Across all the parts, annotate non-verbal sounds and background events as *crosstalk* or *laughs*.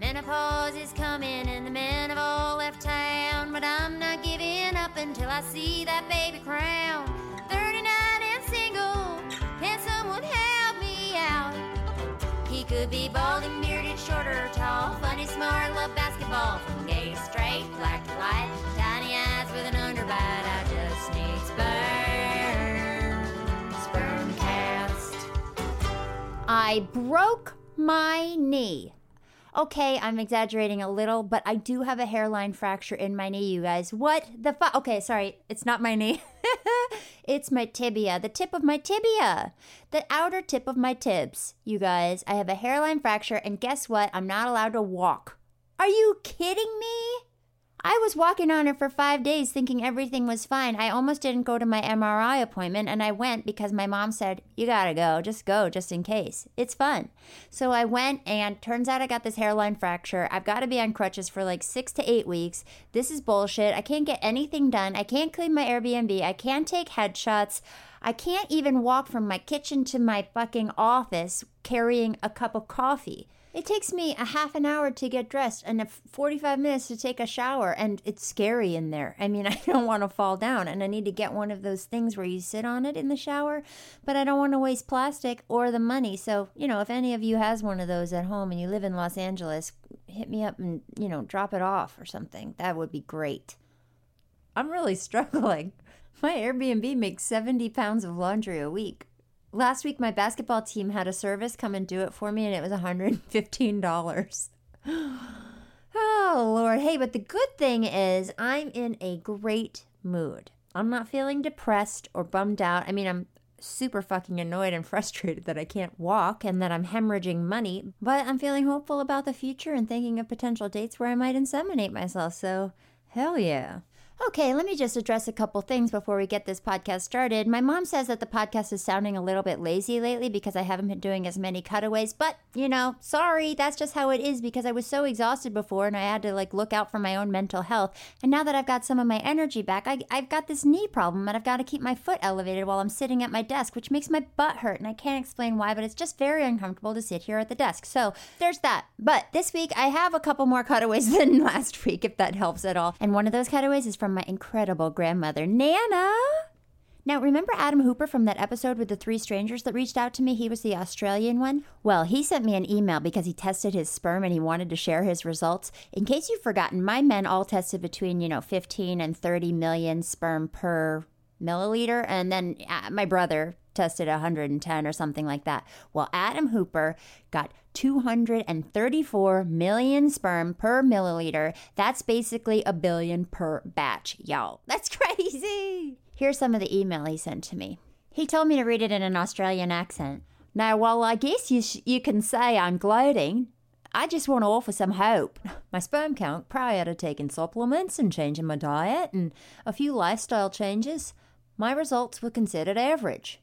Menopause is coming and the men have all left town, but I'm not giving up until I see that baby crown. 39 and single, can someone help me out? He could be balding, bearded, short or tall, funny, smart, love basketball, from gay to straight, black to white, tiny eyes with an underbite. I just need sperm, sperm cast. I broke my knee. Okay, I'm exaggerating a little, but I do have a hairline fracture in my knee, you guys. What the fuck? Okay, sorry, it's not my knee. *laughs* it's my tibia, the tip of my tibia, the outer tip of my tibs, you guys. I have a hairline fracture, and guess what? I'm not allowed to walk. Are you kidding me? I was walking on it for five days thinking everything was fine. I almost didn't go to my MRI appointment and I went because my mom said, You gotta go, just go, just in case. It's fun. So I went and turns out I got this hairline fracture. I've gotta be on crutches for like six to eight weeks. This is bullshit. I can't get anything done. I can't clean my Airbnb. I can't take headshots. I can't even walk from my kitchen to my fucking office carrying a cup of coffee. It takes me a half an hour to get dressed and a f- 45 minutes to take a shower, and it's scary in there. I mean, *laughs* I don't want to fall down, and I need to get one of those things where you sit on it in the shower, but I don't want to waste plastic or the money. So, you know, if any of you has one of those at home and you live in Los Angeles, hit me up and, you know, drop it off or something. That would be great. I'm really *laughs* struggling. My Airbnb makes 70 pounds of laundry a week. Last week, my basketball team had a service come and do it for me, and it was $115. *gasps* oh, Lord. Hey, but the good thing is I'm in a great mood. I'm not feeling depressed or bummed out. I mean, I'm super fucking annoyed and *laughs* frustrated that I can't walk and that I'm hemorrhaging money, but I'm feeling hopeful about the future and thinking of potential dates where I might inseminate myself. So, hell yeah. Okay, let me just address a couple things before we get this podcast started. My mom says that the podcast is sounding a little bit lazy lately because I haven't been doing as many cutaways, but you know, sorry, that's just how it is because I was so exhausted before and I had to like look out for my own mental health. And now that I've got some of my energy back, I, I've got this knee problem and I've got to keep my foot elevated while I'm sitting at my desk, which makes my butt hurt. And I can't explain why, but it's just very uncomfortable to sit here at the desk. So there's that. But this week I have a couple more cutaways *laughs* than last week, if that helps at all. And one of those cutaways is from my incredible grandmother, Nana. Now, remember Adam Hooper from that episode with the three strangers that reached out to me? He was the Australian one. Well, he sent me an email because he tested his sperm and he wanted to share his results. In case you've forgotten, my men all tested between, you know, 15 and 30 million sperm per milliliter. And then uh, my brother tested 110 or something like that. Well, Adam Hooper got 234 million sperm per milliliter. That's basically a billion per batch, y'all. That's *laughs* crazy. Here's some of the email he sent to me. He told me to read it in an Australian accent. Now, while I guess you, sh- you can say I'm gloating, I just want to offer some hope. *laughs* My sperm count prior to taking supplements and changing my diet and a few lifestyle changes, my results were considered average.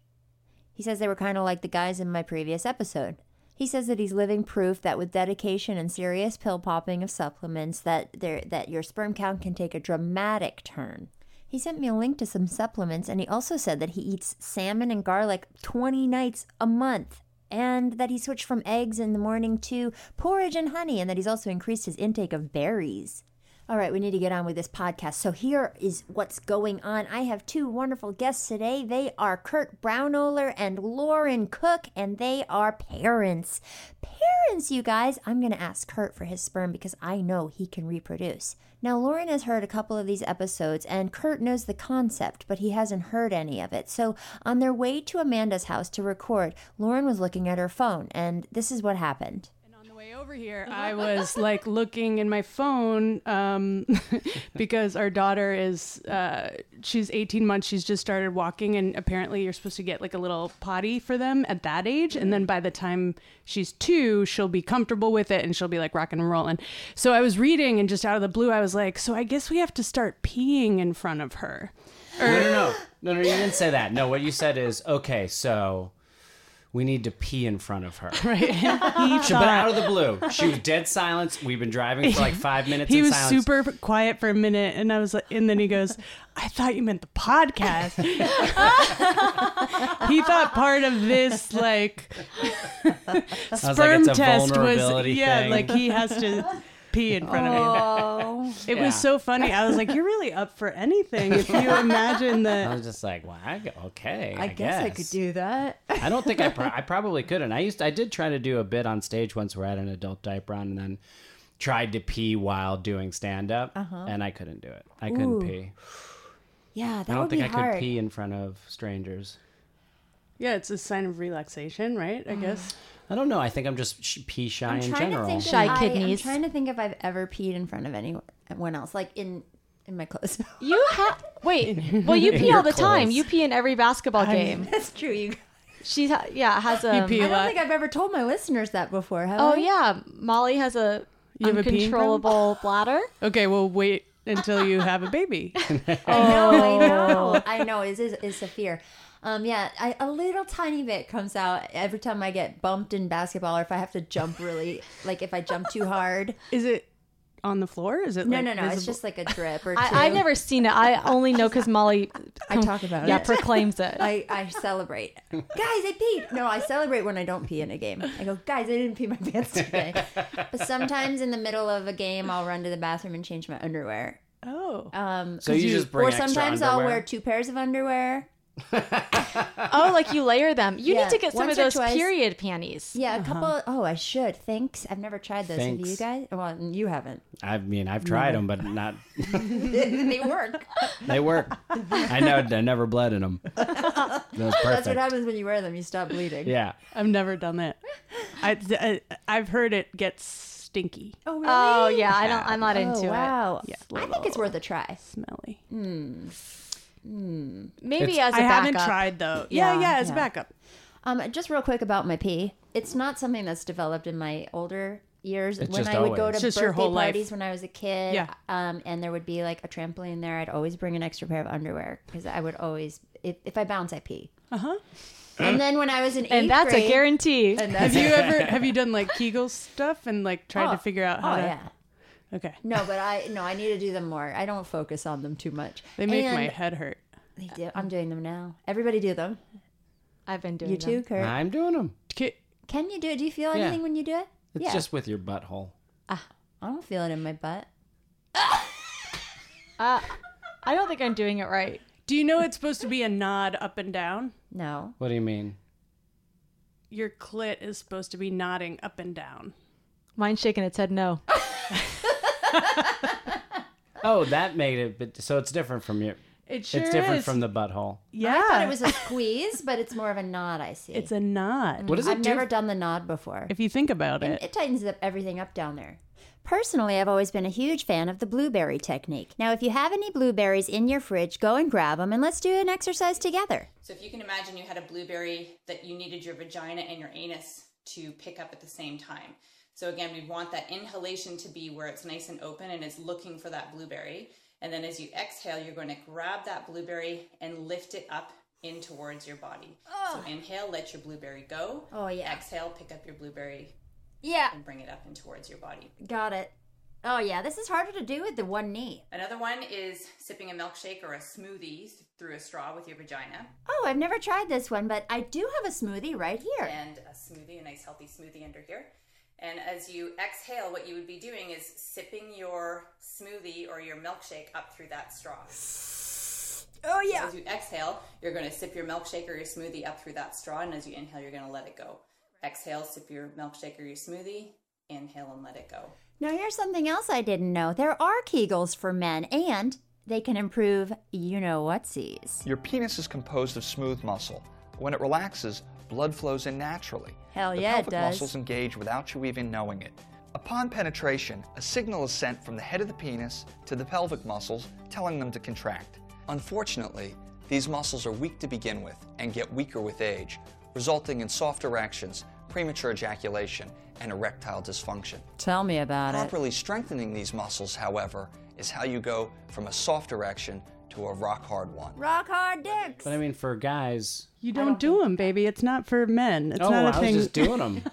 He says they were kind of like the guys in my previous episode. He says that he's living proof that with dedication and serious pill popping of supplements that there that your sperm count can take a dramatic turn. He sent me a link to some supplements and he also said that he eats salmon and garlic 20 nights a month and that he switched from eggs in the morning to porridge and honey and that he's also increased his intake of berries. All right, we need to get on with this podcast. So here is what's going on. I have two wonderful guests today. They are Kurt Brownoller and Lauren Cook, and they are parents. Parents, you guys. I'm going to ask Kurt for his sperm because I know he can reproduce. Now, Lauren has heard a couple of these episodes, and Kurt knows the concept, but he hasn't heard any of it. So, on their way to Amanda's house to record, Lauren was looking at her phone, and this is what happened. On the way way over here, I was like *laughs* looking in my phone um, *laughs* because our daughter is, uh, she's 18 months. She's just started walking, and apparently you're supposed to get like a little potty for them at that age. And then by the time she's two, she'll be comfortable with it and she'll be like rocking and rolling. So I was reading, and just out of the blue, I was like, so I guess we have to start peeing in front of her. No, no, no, no, no. You didn't say that. No, what you said is okay. So we need to pee in front of her. Right. *laughs* he She- But out of the blue, she was dead silence. We've been driving for like five minutes. he in was silence. super quiet for a minute and i was like and then he goes i thought you meant the podcast *laughs* he thought part of this like *laughs* Sounds like sperm it's a test was vulnerability yeah thing. like he has to pee in front of Oh, me it Yeah. was so funny i was like you're really up for anything *laughs* if you imagine I that was just like, wow, I g- okay. I, guess, I could do that. I don't think I, pro- I probably couldn't. I used, I did try to do a bit on stage once where I had an adult diaper on, and then tried to pee while doing stand up, and I couldn't do it. I couldn't pee. yeah, I that would don't be think I hard. could pee in front of strangers. yeah it's a sign of relaxation right i guess I don't know. I think I'm just sh- pee shy I'm in trying to general. think. Shy if I, kidneys. I'm trying to think if I've ever peed in front of anyone else, like in in my clothes. *laughs* You have wait. Well, you pee your all the time. clothes. You pee in every basketball game. That's true. You. She ha- yeah has a. pee I a don't lot think I've ever told my listeners that before. Have oh I? yeah, Molly has a You have a peeing problem? uncontrollable *laughs* bladder. *sighs* okay well wait until you have a *laughs* baby I know, I know, I know. It's, it's, it's a fear. Um, yeah, I, a little tiny bit comes out every time I get bumped in basketball, or if I have to jump really, like if I jump too *laughs* hard. is it on the floor is it No, like, no, no. It's visible? just like a drip or two. I, I've never seen it. I only know because Molly. I talk about yeah, it. proclaims *laughs* it. I, I celebrate. Guys, I peed. No, I celebrate when I don't pee in a game. I go, guys, I didn't pee my pants today. But sometimes in the middle of a game, I'll run to the bathroom and change my underwear. oh Um, so you you- just bring or extra sometimes I'll underwear? wear two pairs of underwear. oh, like you layer them. You Yeah, need to get some once of or those twice. period panties. Yeah, a couple. Oh, I should. Thanks. I've never tried those. Have you Uh-huh. Thanks. guys? Well, *laughs* you haven't. I mean, I've tried them, but *laughs* not they work. they work. I know I never bled in *laughs* them. That was perfect. That's what happens when you wear them. You stop bleeding. Yeah. I've never done that. I, I I've heard it gets stinky, Oh, really? Oh yeah, I don't. I'm not Oh, into wow. Yeah. I think it's worth a try. smelly. Mm. it. Maybe It's- as a I haven't backup. tried though. Yeah, Yeah, yeah, as yeah. a backup. Um, just real quick about my pee. It's not something that's developed in my older years. It's when just I would go always. to It's just birthday your whole life. parties when I was a kid, Yeah. um, and there would be like a trampoline there, I'd always bring an extra pair of underwear because I would always, if, if I bounce, I pee. Uh huh. And then when I was *laughs* in eighth and that's grade, a guarantee. And Have that's you *laughs* ever have you done like Kegel stuff and like tried Oh. to figure out oh how to? yeah. Okay, No, but I no, I need to do them more. I don't focus on them too much. they make And my head hurt. They do. I'm doing them now. Everybody do them. I've been doing You too, them. Kurt. I'm doing them. Ki- Can you do it? Do you feel Yeah. anything when you do it? It's yeah. just with your butthole. I don't feel it in my butt. Uh, I don't think I'm doing it right. Do you know it's supposed to be a nod up and down? No. What do you mean? Your clit is supposed to be nodding up and down. Mine's shaking its head *gasps* no. Oh, that made it. But so it's different from your. It sure it's different is. from the butthole. yeah. I thought it was a squeeze, but it's more of a nod. I see. it's a nod. What does it I've do? never done the nod before. If you think about Mm. And it, it tightens up everything up down there. Personally, I've always been a huge fan of the blueberry technique. Now, if you have any blueberries in your fridge, go and grab them and let's do an exercise together. So if you can imagine you had a blueberry that you needed your vagina and your anus to pick up at the same time. So again, we want that inhalation to be where it's nice and open and is looking for that blueberry. And then as you exhale, you're going to grab that blueberry and lift it up in towards your body. So inhale, let your blueberry go. Oh, yeah. Exhale, pick up your blueberry Yeah, and bring it up in towards your body. got it. Oh, yeah, this is harder to do with the one knee. Another one is sipping a milkshake or a smoothie through a straw with your vagina. Oh, I've never tried this one, but I do have a smoothie right here. and a smoothie, a nice healthy smoothie under here. And as you exhale, what you would be doing is sipping your smoothie or your milkshake up through that straw. Oh, As you exhale, you're going to sip your milkshake or your smoothie up through that straw, and as you inhale, you're going to let it go. Exhale, sip your milkshake or your smoothie. Inhale and let it go. Now, here's something else I didn't know there are Kegels for men, and they can improve you know what sees. Your penis is composed of smooth muscle. When it relaxes, blood flows in naturally. Hell the yeah, it pelvic does. muscles engage without you even knowing it. Upon penetration, a signal is sent from the head of the penis to the pelvic muscles, telling them to contract. Unfortunately, these muscles are weak to begin with and get weaker with age, resulting in soft erections, premature ejaculation, and erectile dysfunction. Tell me about it. Properly strengthening these muscles, however, is how you go from a soft erection to a rock hard one. Rock hard dicks. But I mean, for guys, You don't, do them, baby. It's not for men. It's oh, not a I was thing. just doing *laughs* them.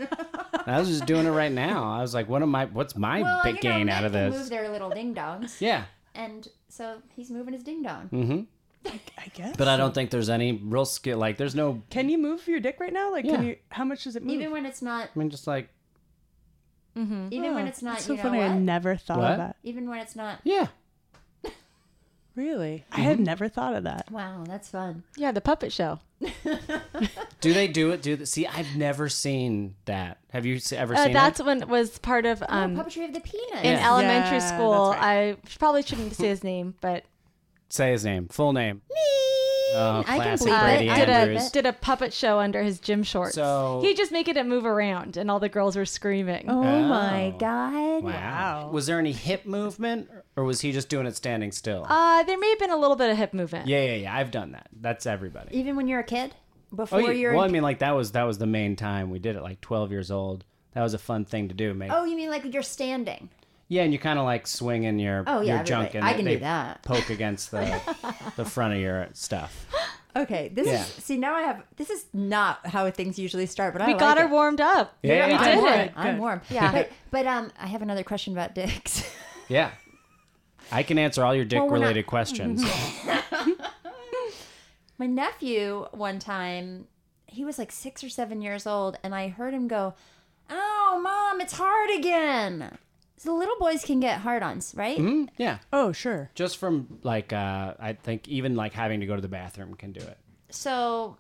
I was just doing it right now. I was like, what am I? What's my well, big you know, gain men out of can Move this? their little ding dongs, Yeah, and so he's moving his ding dong. I guess. but I don't think there's any real skill. Like, there's no. Can you move your dick right now? Like, can Yeah. you? How much does it move? Even when it's not, I mean, just like even when Oh, it's not, that's so you know funny. I what? never thought What? of that. even when it's not. yeah. Really, I had never thought of that. Wow, that's fun. Yeah, the puppet show. Do they do it? Do the, see? I've never seen that. Have you se- ever Uh, seen that's it? when it was part of um, oh, puppetry of the penis. in elementary Yeah, school. that's I sh- probably shouldn't say his name, but Say his name, full name. Oh, I can classic believe Brady it. I uh, did Andrews. a did a puppet show under his gym shorts. So- he just make it a move around, and all the girls were screaming. Oh, my Oh. god. Wow. Was there any hip movement, or was he just doing it standing still? Uh, there may have been a little bit of hip movement. yeah, yeah, yeah. I've done that. That's everybody. Even when you're a kid, before Oh, yeah. you're. well, I in- mean, like that was that was the main time we did it. Like twelve years old. That was a fun thing to do, mate. oh, you mean like you're standing? Yeah, and you kind of like swinging your Oh, yeah, your junk, everybody- and I can they do that. Poke against *laughs* the the front of your stuff. Okay, this Yeah. is see now I have this is not how things usually start, but I We like got it. her warmed up. Yeah, yeah, did I'm warm. it. I'm warm. Yeah, *laughs* but, but um, I have another question about dicks. yeah. I can answer all your dick we're not- Mm-hmm. related questions. My nephew one time, he was like six or seven years old, and I heard him go, "Oh, mom, it's hard again." So little boys can get hard-ons, right? Hmm? Yeah, Oh sure. just from like uh, I think even like having to go to the bathroom can do it. So,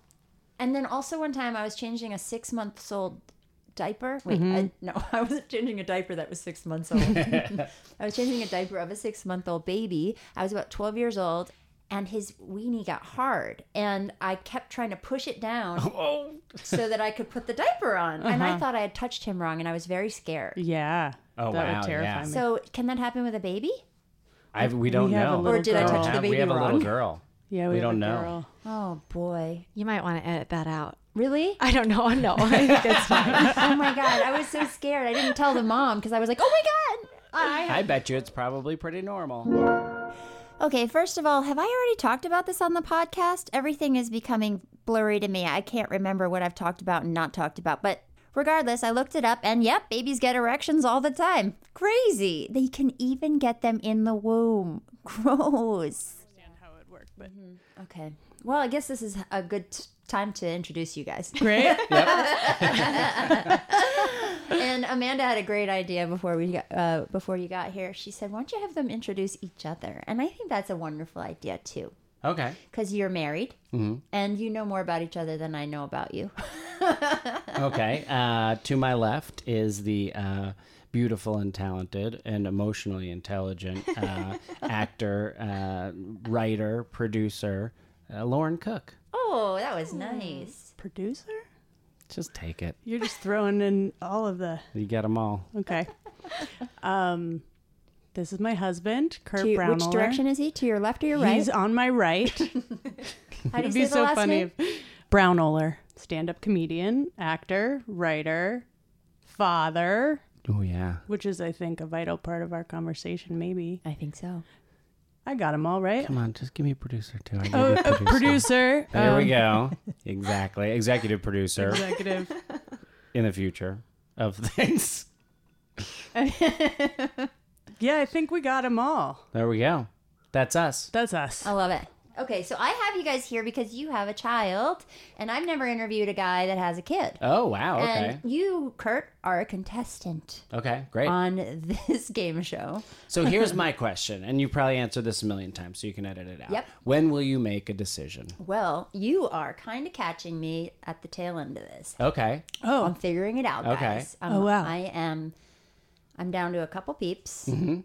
and then also one time I was changing a six-month-old diaper. Wait, I, *laughs* no, I wasn't changing a diaper that was six months old. I was changing a diaper of a six month old baby. I was about 12 years old, and his weenie got hard. And I kept trying to push it down so that I could put the diaper on. And Uh-huh. I thought I had touched him wrong, and I was very scared. Yeah. Oh, that wow, would terrify yeah. me. So, can that happen with a baby? I we don't have a know. little Or did I girl. touch the Yeah, We baby have a little wrong? girl. *laughs* yeah, we have don't a know. girl. Oh, boy. You might want to edit that out. Really? I don't know. *laughs* No, I think it's fine. Oh, my God. I was so scared. I didn't tell the mom because I was like, oh, my God. I- I bet you it's probably pretty normal. Okay, first of all, have I already talked about this on the podcast? Everything is becoming blurry to me. I can't remember what I've talked about and not talked about. But regardless, I looked it up and yep, babies get erections all the time. Crazy. They can even get them in the womb. *laughs* Gross. Mm-hmm. Okay. Well, I guess this is a good t- time to introduce you guys. Great. *laughs* and Amanda had a great idea before we got, uh, before you got here. She said, "Why don't you have them introduce each other?" And I think that's a wonderful idea too. *laughs* Okay. because you're married Mm-hmm. and you know more about each other than I know about you. *laughs* Okay. Uh, to my left is the uh, beautiful and talented and emotionally intelligent *laughs* uh, actor, uh, writer, producer, uh, Lauren Cook. Oh, that was nice. Producer? Just take it. You're just throwing in all of the You got them all. *laughs* okay. um, this is my husband, Kurt To your- Brownell. which direction is he? To your left or your right? He's on my *laughs* right. How do you It'd say be the so last funny. name? if- Brown Oler, stand-up comedian, actor, writer, father, Oh yeah. which is I think a vital part of our conversation. Maybe I think so. I got them all right. Come on, just give me producer too. I need Oh, a a producer. There we um, go. *laughs* Exactly. Executive producer uh, Executive. in the future of things. Yeah, I think we got them all. There we go. That's us. That's us. I love it. Okay, so I have you guys here because you have a child, and I've never interviewed a guy that has a kid. Oh wow. Okay. And you, Kurt, are a contestant Okay. Great. on *laughs* this game show. So here's my question, and you probably answered this a million times, so you can edit it out. Yep. When will you make a decision? Well, you are kind of catching me at the tail end of this. Okay. I'm figuring it out, Okay. guys. I'm, Oh, wow. I am. I'm down to a couple peeps. Mm-hmm.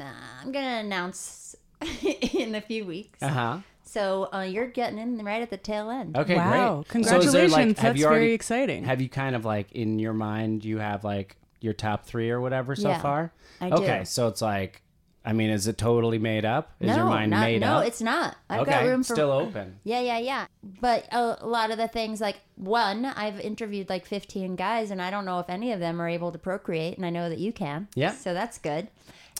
Mm, I'm gonna announce *laughs* in a few weeks. Uh huh. So uh, you're getting in right at the tail end. Okay, Wow. great. So is there, like, Congratulations. have That's you already- very exciting. Have you kind of like in your mind you have like your top three or whatever so Yeah, far? I do. okay, so it's like, I mean, is it totally made up? Is no, your mind not, made no, up? it's not. I've okay, got room for still open. Yeah, yeah, yeah. But a, a lot of the things, like one, I've interviewed like 15 guys, and I don't know if any of them are able to procreate, and I know that you can. Yeah. So that's good.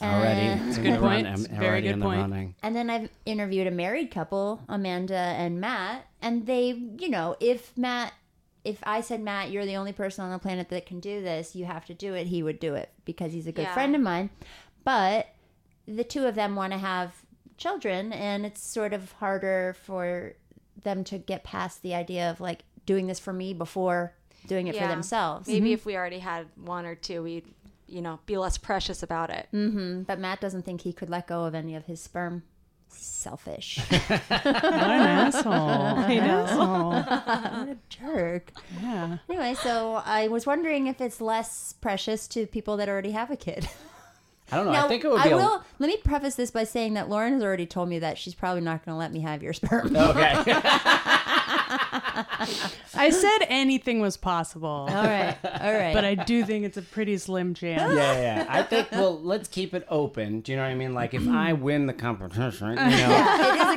Already, Uh, it's a good point. I'm It's a very already good in the point. running. and then I've interviewed a married couple, Amanda and Matt, and they, you know, if Matt, if I said, Matt, you're the only person on the planet that can do this, you have to do it, he would do it because he's a good Yeah. friend of mine. But the two of them want to have children, and it's sort of harder for them to get past the idea of like doing this for me before doing it for Yeah. themselves. Maybe if we already had one or two, we'd, you know, be less precious about it. Mm-hmm. But Matt doesn't think he could let go of any of his sperm. Selfish. What an *laughs* asshole. I know. what a jerk. Yeah. Anyway, so I was wondering if it's less precious to people that already have a kid. I *laughs* don't know. I think it would be. a- will. Let me preface this by saying that Lauren has already told me that she's probably not going to let me have your sperm. *laughs* okay. I said anything was possible, *laughs* All right, all right. but I do think it's a pretty slim chance. yeah, yeah, yeah. I think well, let's keep it open. Do you know what I mean? Like if I win the competition, you know, *laughs* it is a competition.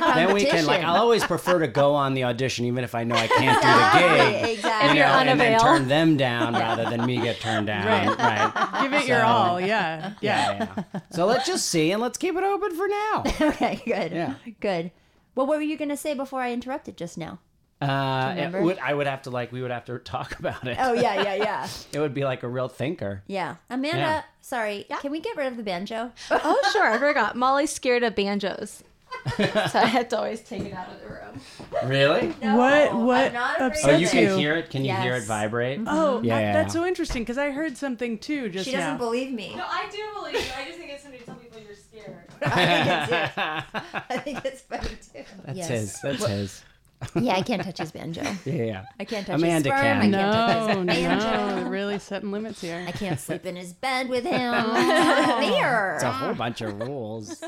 *laughs* then we can like. I'll always prefer to go on the audition, even if I know I can't do the gig. exactly. You know, and then unavail. turn them down rather than me get turned down. Right. *laughs* Give it your So- all. Yeah. Yeah. Yeah, yeah. So let's just see and let's keep it open for now. Okay, good. Yeah. Good. Well, what were you going to say before I interrupted just now? Uh, it remember? would, I would have to like we would have to talk *laughs* about it. Oh yeah, yeah, yeah, It would be like a real thinker. *laughs* yeah. Amanda, Yeah. sorry, can we get rid of the banjo? oh, sure. I forgot. Molly's scared of banjos. so I had to always take it out of the room. Really? What what I'm not afraid Oh, Does upsets you it? can hear it. Can you hear it Yes. vibrate? Oh, Yeah, I- yeah, that's yeah. so interesting because I heard something too just She doesn't now. *laughs* believe me. I do believe you. I just think it's funny to tell people you're scared. *laughs* I think it's funny too. That's his. That's his. Yeah, I can't touch his banjo. Yeah, yeah. I can't touch Amanda his sperm. can. I can't touch no, *laughs* his banjo. no, really setting limits here. I can't sleep in his bed with him. *laughs* Clear. It's a *laughs* whole bunch of rules.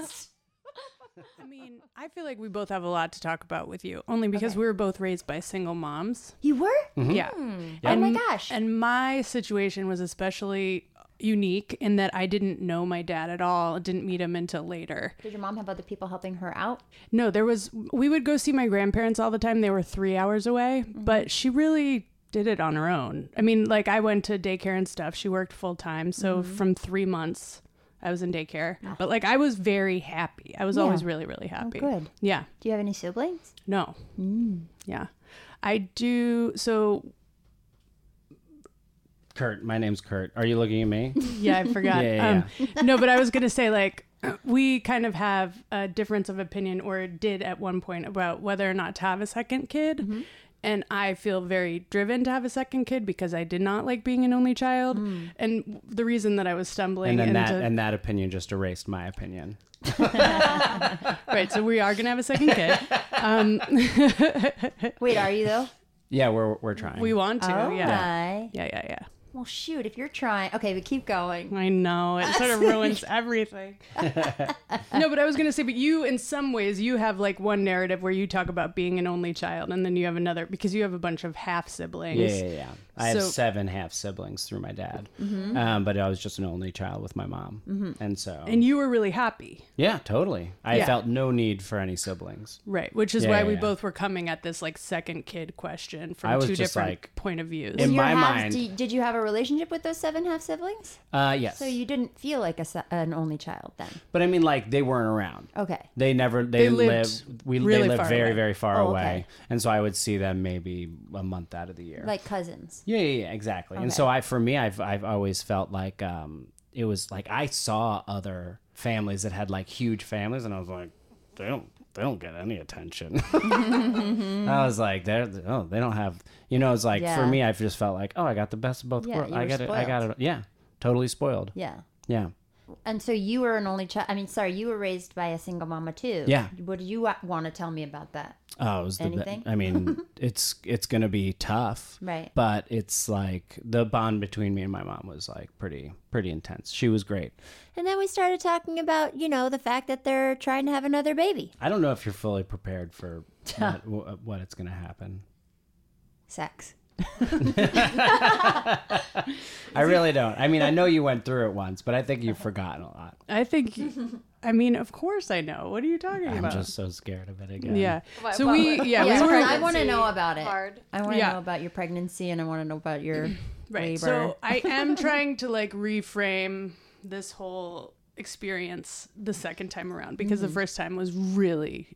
I mean, I feel like we both have a lot to talk about with you, only because we were both raised by single moms. You were? mm-hmm. Yeah. Oh my gosh. And my situation was especially unique in that I didn't know my dad at all, didn't meet him until later. Did your mom have other people helping her out? No, there was, we would go see my grandparents all the time. They were three hours away, Mm-hmm. but she really did it on her own. I mean, like I went to daycare and stuff. She worked full time. So Mm-hmm. from three months, I was in daycare. Oh. But like I was very happy. I was always really, really happy. good. Mm. Yeah. Do you have any siblings? No. Yeah. I do. So, *laughs* Kurt, my name's Kurt. Are you looking at *laughs* me? yeah, I forgot. Yeah, yeah, Um, *laughs* no, but I was going to say, like, we kind of have a difference of opinion or did at one point about whether or not to have a second kid. Mm-hmm. And I feel very driven to have a second kid because I did not like being an only child. And the reason that I was stumbling Hmm. And then that into- and that opinion just erased my opinion. right, so we are going to have a second kid. Wait, are *laughs* you though? Yeah, we're we're trying. We want to. *laughs* Oh. yeah. Hi. Yeah, yeah, yeah. Well, shoot, if you're trying. Okay, but keep going. I know. It *laughs* sort of ruins everything. *laughs* no, but I was going to say, but you, in some ways, you have like one narrative where you talk about being an only child, and then you have another because you have a bunch of half siblings. Yeah, yeah, yeah. I have So- seven half siblings through my dad, um, but I was just an only child with my mom, Mm-hmm. and so And you were really happy, yeah, totally. I Yeah. felt no need for any siblings. right? Which is Yeah, why yeah, we yeah. both were coming at this like second kid question I from was two just, different like, point of views. in Your my half- mind- Did, did you have a relationship with those seven half siblings? Uh, yes, So you didn't feel like a, se- an only child then? but I mean, like they weren't around. Okay. They never. They, They lived lived. We really they lived far very away. very far Oh, okay. away, and so I would see them maybe a month out of the year. Like cousins. Yeah, yeah, yeah exactly. And so I, for me, I've I've always felt like um, it was like I saw other families that had like huge families, and I was like, they don't they don't get any attention. *laughs* I was like, they're oh they don't have you know. It's like for Yeah. me, I've just felt like oh I got the best of both Yeah, worlds. you I were got it. I got it. Yeah, totally spoiled. Yeah. Yeah. And so you were an only child. I mean, sorry, you were raised by a single mama too. Yeah. What do you wa- want to tell me about that? Oh, it was the be- Anything? I *laughs* mean, it's it's gonna be tough, Right. But it's like the bond between me and my mom was like pretty pretty intense. She was great. And then we started talking about, you know, the fact that they're trying to have another baby. I don't know if you're fully prepared *laughs* for what, wh- what it's gonna happen. Sex. I really don't. I mean, I know you went through it once, but I think you've forgotten a lot. *laughs* I think. I mean, of course I know. What are you talking I'm about? just so scared of it again. yeah. What- so what- we yeah, Yeah, we were I want to know about it. Hard. I want to Yeah. know about your pregnancy and I want to know about your *clears throat* labor. right. So I *laughs* am trying to like reframe this whole experience the second time around because the first time was really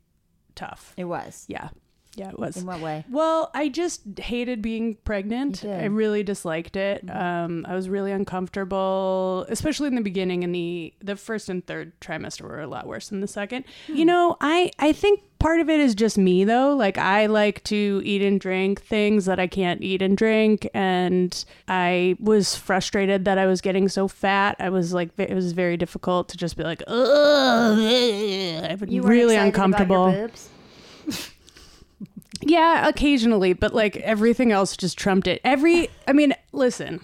tough. it was. Yeah. Yeah, it was. In what way? Well, I just hated being pregnant. You did. Mm-hmm. I really disliked it. Um, I was really uncomfortable, especially in the beginning. And the the first and third trimester were a lot worse than the second. Hmm. You know, I I think part of it is just me though. Like I like to eat and drink things that I can't eat and drink, and I was frustrated that I was getting so fat. I was like, it was very difficult to just be like, ugh, I was You were really excited uncomfortable. About your boobs? Yeah, occasionally, but like everything else just trumped it. Every, I mean, listen,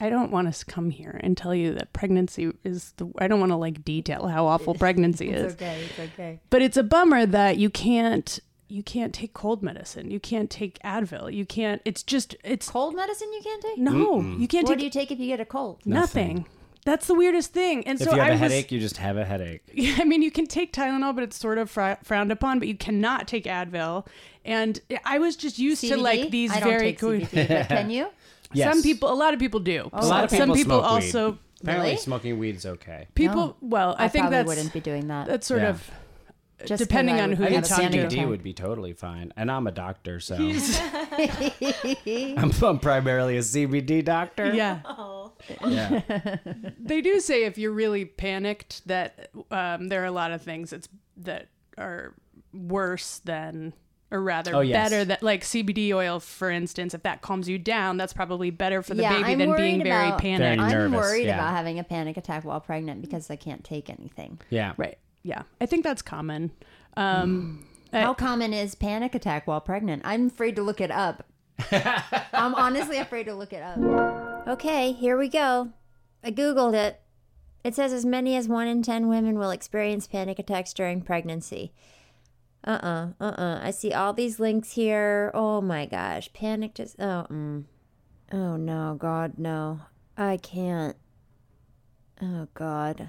I don't want to come here and tell you that pregnancy is the, I don't want to like detail how awful pregnancy is, Okay, *laughs* it's okay. but it's a bummer that you can't, you can't take cold medicine. You can't take Advil. You can't, it's just, it's, Cold medicine you can't take? no, you can't What take do you take if you get a cold? nothing. That's the weirdest thing. And If so you have I a was, headache, you just have a headache. yeah, *laughs* I mean, you can take Tylenol, but it's sort of fr- frowned upon. But you cannot take Advil. And I was just used to CBD? like these I don't very take CBD, but *laughs* can you? Yes. Some people, a lot of people do. a lot of people, Some people smoke also weed. apparently Really? smoking weed's okay. people. No. well, I, think probably that's wouldn't be doing that. that's sort Yeah. of Just 'cause depending I on would who I you think have a talk panic to. attack. CBD would be totally fine, and I'm a doctor, so *laughs* *laughs* I'm, I'm primarily a CBD doctor. *laughs* yeah. Yeah. They do say if you're really panicked that um, there are a lot of things that's that are worse than or rather Oh, yes. better that like CBD oil for instance if that calms you down that's probably better for the Yeah, baby I'm than being worried very about- Very panicked. *laughs* I'm nervous, worried yeah. about having a panic attack while pregnant because I can't take anything. Yeah. Right. Yeah. I think that's common. Um I- How common is panic attack while pregnant? I'm afraid to look it up. I'm honestly afraid to look it up. Okay, here we go. I Googled it. It says as many as one in 10 women will experience panic attacks during pregnancy. Uh uh-uh, uh, I see all these links here. Oh my gosh. Panic just. Oh, mm. Oh no, God, no. I can't. Oh, God.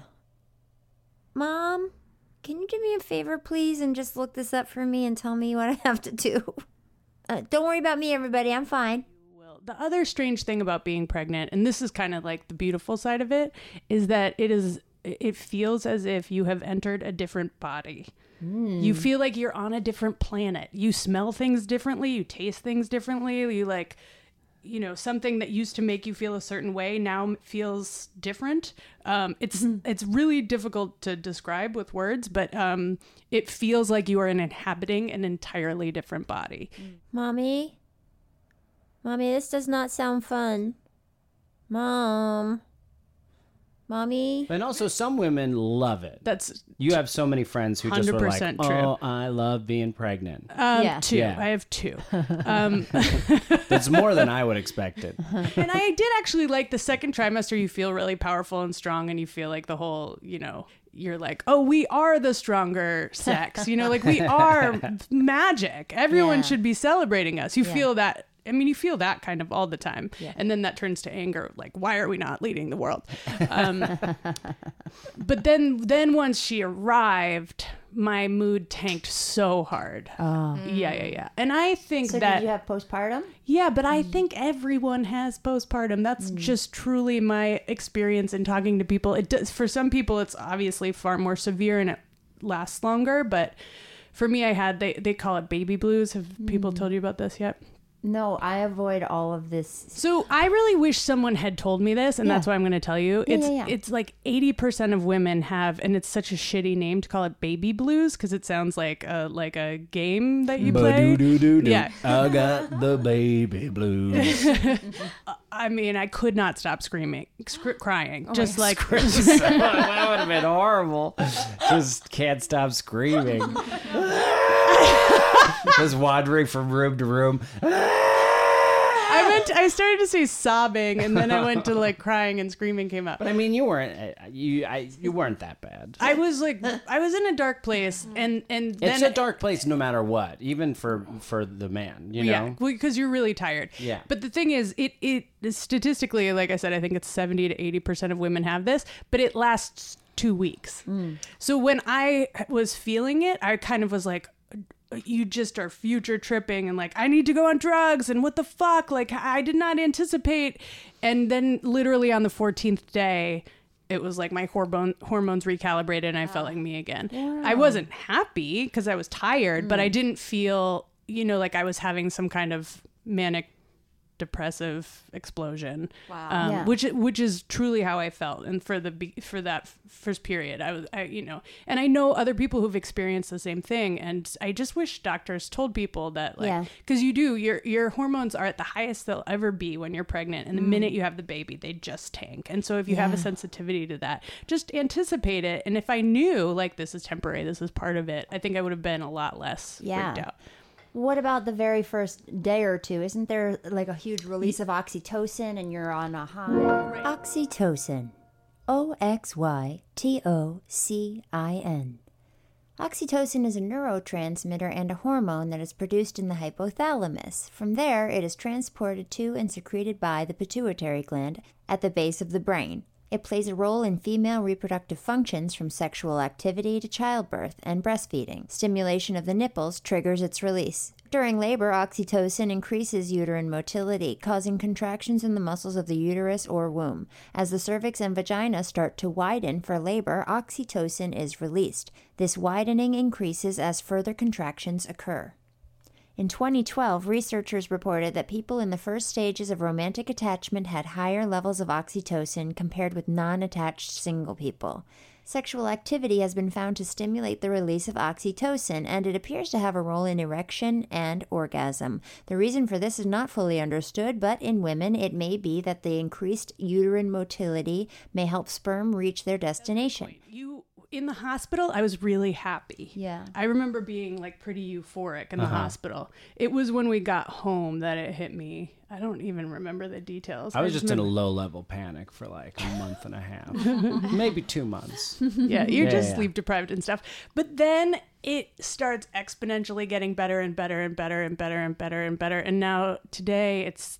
Mom? Can you do me a favor, please, and just look this up for me and tell me what I have to do? Uh, don't worry about me, everybody. I'm fine. Well, the other strange thing about being pregnant, and this is kind of like the beautiful side of it, is that it is it feels as if you have entered a different body. You feel like you're on a different planet. You smell things differently, you taste things differently, you like you know something that used to make you feel a certain way now m- feels different um, it's it's really difficult to describe with words but um, it feels like you are inhabiting an entirely different body Mommy? Mommy, this does not sound fun. Mom? Mommy? And also, some women love it. that's You have so many friends who just were like, 100% true. "Oh, I love being pregnant." Um, Yeah. Two. Yeah. I have two. Um, That's more than I would expect *laughs* it. and I did actually like the second trimester. You feel really powerful and strong, and you feel like the whole, you know, you're like, oh, we are the stronger sex. You know, like *laughs* we are magic. Everyone Yeah. should be celebrating us. You Yeah. feel that. I mean, you feel that kind of all the time. Yeah. And then that turns to anger, of, like, why are we not leading the world? *laughs* Um, but then, then once she arrived, my mood tanked so hard. Yeah, yeah, yeah. And I think Oh. So, that did you have postpartum? yeah, but I Mm. think everyone has postpartum. That's just truly my experience in talking to people. It does for some people it's obviously far more severe and it lasts longer, but for me I had they they call it baby blues. Have Mm. people told you about this yet? No, I avoid all of this. So I really wish someone had told me this, and that's why I'm going to tell you. Yeah, it's yeah, yeah. it's like 80% of women have, and it's such a shitty name to call it baby blues because it sounds like a like a game that you play. Ba-do-do-do-do. Yeah. *laughs* I got the baby blues. *laughs* I mean, I could not stop screaming, scr- Oh crying, just like *laughs* *laughs* that would have been horrible. Just can't stop *laughs* screaming. *laughs* Just wandering from room to room. I went. I started to say sobbing, and then I went to like crying and screaming came up. But I mean, you weren't uh, you. I you weren't that bad. I was like, I was in a dark place, and and then It's a dark place, no matter what, even for for the man. You know. Yeah, because you're really tired. Yeah. But the thing is, it it statistically, like I said, I think it's seventy to eighty percent of women have this, but it lasts two weeks. So when I was feeling it, I kind of was like. You just are future tripping and like, I need to go on drugs and what the fuck? Like, I did not anticipate. And then, literally, on the 14th day, it was like my hormone hormones recalibrated and I felt like me again. I wasn't happy because I was tired, but I didn't feel, you know, like I was having some kind of manic depressive explosion. Wow. Um, Yeah. which which is truly how I felt and for the be- for that f- first period. I was I you know, and I know other people who've experienced the same thing and I just wish doctors told people that like Yeah. cuz you do your your hormones are at the highest they'll ever be when you're pregnant and the minute you have the baby they just tank. And so if you have a sensitivity to that, just anticipate it and if I knew like this is temporary, this is part of it, I think I would have been a lot less Yeah. freaked out. What about the very first day or two? Isn't there like a huge release of oxytocin and you're on a high? Oxytocin. O X Y T O C I N. Oxytocin is a neurotransmitter and a hormone that is produced in the hypothalamus. From there, it is transported to and secreted by the pituitary gland at the base of the brain. It plays a role in female reproductive functions from sexual activity to childbirth and breastfeeding. Stimulation of the nipples triggers its release. During labor, oxytocin increases uterine motility, causing contractions in the muscles of the uterus or womb. As the cervix and vagina start to widen for labor, oxytocin is released. This widening increases as further contractions occur. In 2012, researchers reported that people in the first stages of romantic attachment had higher levels of oxytocin compared with non attached single people. Sexual activity has been found to stimulate the release of oxytocin and it appears to have a role in erection and orgasm. The reason for this is not fully understood, but in women it may be that the increased uterine motility may help sperm reach their destination. you in the hospital i was really happy Yeah. i remember being like pretty euphoric in Uh-huh. the hospital it was when we got home that it hit me i don't even remember the details I was just in a remember- low level panic for like a month and a *laughs* half, maybe two months. yeah you're Yeah, just yeah. sleep deprived and stuff but then it starts exponentially getting better and better and better and better and better and better and now today it's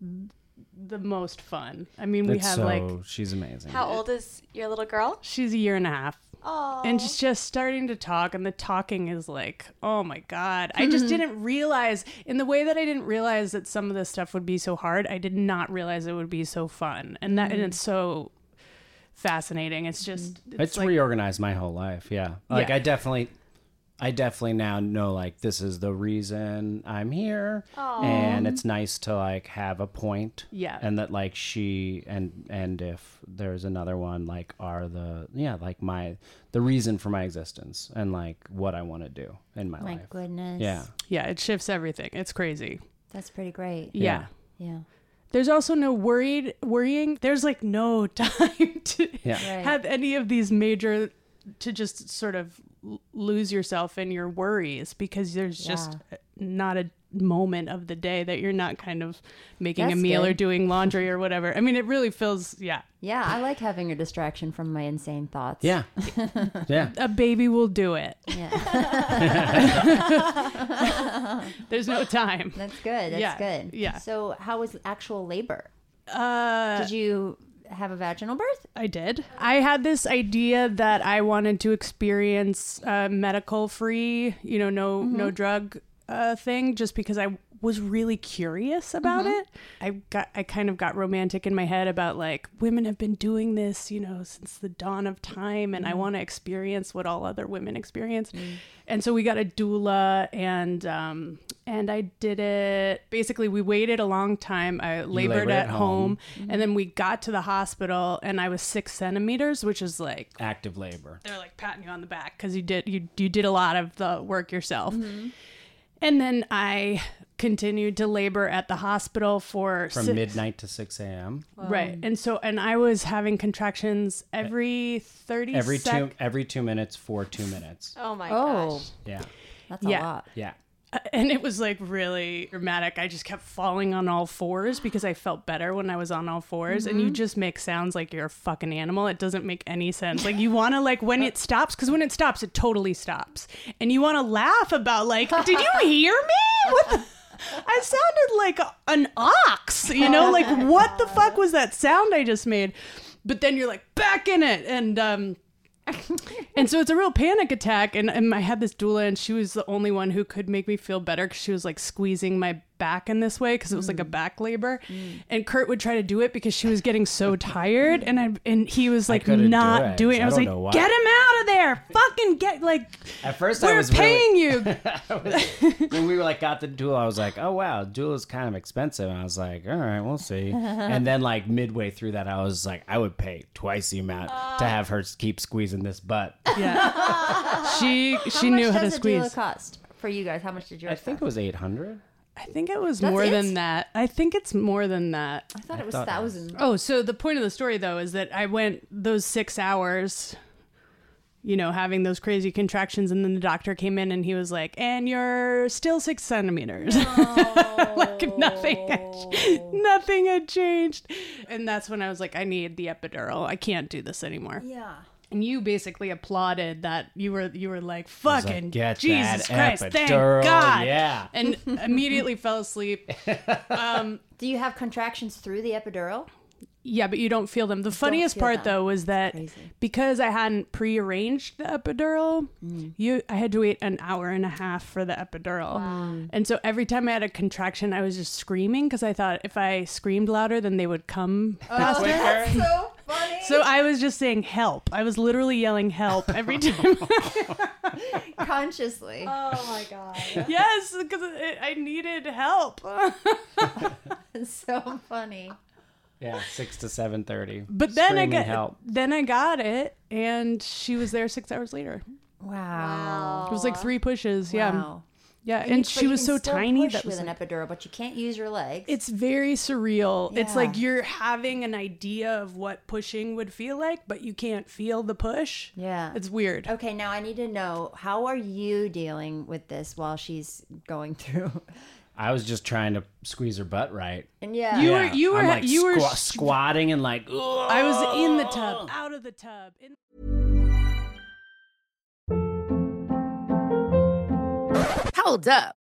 the most fun i mean we It's have so like she's amazing. How old is your little girl? she's a year and a half Oh, and she's just starting to talk and the talking is like oh my god i just didn't realize in the way that i didn't realize that some of this stuff would be so hard i did not realize it would be so fun and that and it's so fascinating it's just it's, it's like reorganized my whole life. Yeah, like Yeah. I definitely, I definitely now know like this is the reason I'm here, and it's nice to like have a point. Yeah. and that like she and and if there's another one, like are the yeah like my the reason for my existence and like what I want to do in my, My life. goodness. Yeah, yeah it shifts everything it's crazy That's pretty great. yeah, Yeah. There's also no worried worrying. There's like no *laughs* time to Yeah. Right. have any of these major to just sort of l- lose yourself in your worries because there's just uh, not a moment of the day that you're not kind of making That's a meal or good. doing laundry or whatever. I mean, it really feels yeah. Yeah, I like having a distraction from my insane thoughts. yeah, *laughs* yeah. A baby will do it. Yeah. *laughs* There's no time. That's good. That's Yeah, good. yeah. So, how was actual labor? Uh, Did you have a vaginal birth? I did. I had this idea that I wanted to experience uh, medical free, you know, no no drug uh, thing, just because I was really curious about it. I got I kind of got romantic in my head about like women have been doing this, you know, since the dawn of time, and I want to experience what all other women experience. And so we got a doula, and um, and I did it. Basically, we waited a long time. I labored, labored at, at home home. and then we got to the hospital and i was six centimeters which is like Active labor. they're like patting you on the back because you did you, you did a lot of the work yourself And then I continued to labor at the hospital for from si- midnight to 6 a.m. Right. And so, and I was having contractions every 30 Every sec- two every two minutes for two minutes. Oh my Oh, gosh. Yeah, that's a Yeah. lot. yeah. *laughs* And it was like really dramatic. I just kept falling on all fours because I felt better when I was on all 4s And you just make sounds like you're a fucking animal. It doesn't make any sense. Like you want to like when it stops, because when it stops, it totally stops. And you want to laugh about like, did you hear me? What the- I sounded like a- an ox. You know, like what the fuck was that sound I just made? But then you're like back in it, and *laughs* um, and so it's a real panic attack. And, and I had this doula, and she was the only one who could make me feel better because she was like squeezing my back in this way because it was like a Mm. back labor. And Kurt would try to do it because she was getting so tired, and I and he was like couldn't do not it. doing. it. I I was don't like, know why. get him out of there, fucking get like. *laughs* At first, I We're was really- paying *laughs* you. when we were like got the duel, I was like, oh wow, duel is kind of expensive. And I was like, all right, we'll *laughs* see. and then like midway through that, I was like, I would pay twice the amount to Uh. have her s- keep squeezing this butt. *laughs* Yeah. she Uh-huh. How she much knew how to does a doula squeeze. cost for you guys? How much did yours I think it cost? was eight hundred. I think it was more it? than that. I think it's more than that. I thought it was thought it was. thousand. Oh, so the point of the story though is that I went those 6 hours you know, having those crazy contractions, and then the doctor came in and he was like, "And you're still six centimeters." *laughs* like nothing, had, nothing had changed, and that's when I was like, "I need the epidural. I can't do this anymore." Yeah. And you basically applauded that you were you were like fucking "Get Jesus that Christ, thank epidural, God, yeah. and immediately fell *laughs* asleep. Do you have contractions through the epidural? Yeah, but you don't feel them. The funniest feel part them. though was that because I hadn't prearranged the epidural, Mm. you I had to wait an hour and a half for the epidural, and so every time I had a contraction, I was just screaming because I thought if I screamed louder, then they would come Oh. faster. So funny. *laughs* So I was just saying help. I was literally yelling help every time. *laughs* *laughs* Consciously. Uh, Oh my god. yes, because I needed help. so funny. Yeah, six to seven thirty. But then I Screaming got help. then I got it, and she was there six hours later. Wow. It was like three pushes. Yeah. Wow. Yeah, and, You- but she you was can so still tiny push that was with like- an epidural, but you can't use your legs. it's very surreal. It's like Yeah. you're having an idea of what pushing would feel like, but you can't feel the push. Yeah. It's weird. okay. Now I need to know how are you dealing with this while she's going through? *laughs* I was just trying to squeeze her butt right. And yeah, You Yeah. were you were I'm, like, you were squa- squatting and like. Ugh. I was in the Oh. tub, out of the tub. In- Hold up.